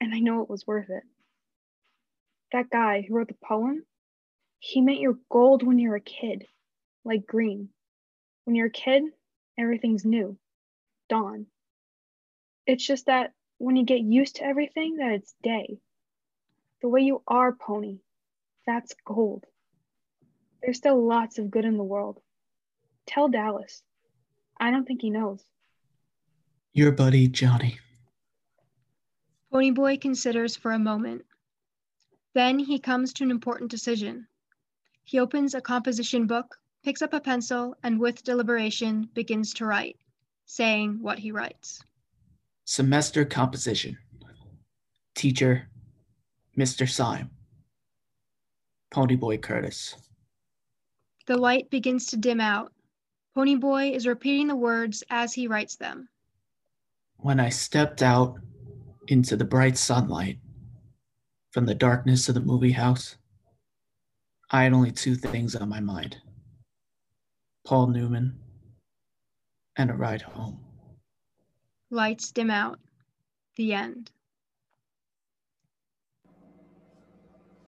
F: and I know it was worth it. That guy who wrote the poem, he meant you're gold when you're a kid, like green. When you're a kid, everything's new, dawn. It's just that when you get used to everything, that it's day. The way you are, pony, that's gold. There's still lots of good in the world. Tell Dallas. I don't think he knows.
C: Your buddy, Johnny.
P: Ponyboy considers for a moment. Then he comes to an important decision. He opens a composition book, picks up a pencil, and with deliberation begins to write, saying what he writes.
C: Semester composition. Teacher, Mr. Syme. Ponyboy Curtis.
P: The light begins to dim out. Ponyboy is repeating the words as he writes them.
C: When I stepped out into the bright sunlight from the darkness of the movie house, I had only two things on my mind Paul Newman and a ride home.
P: Lights dim out. The end.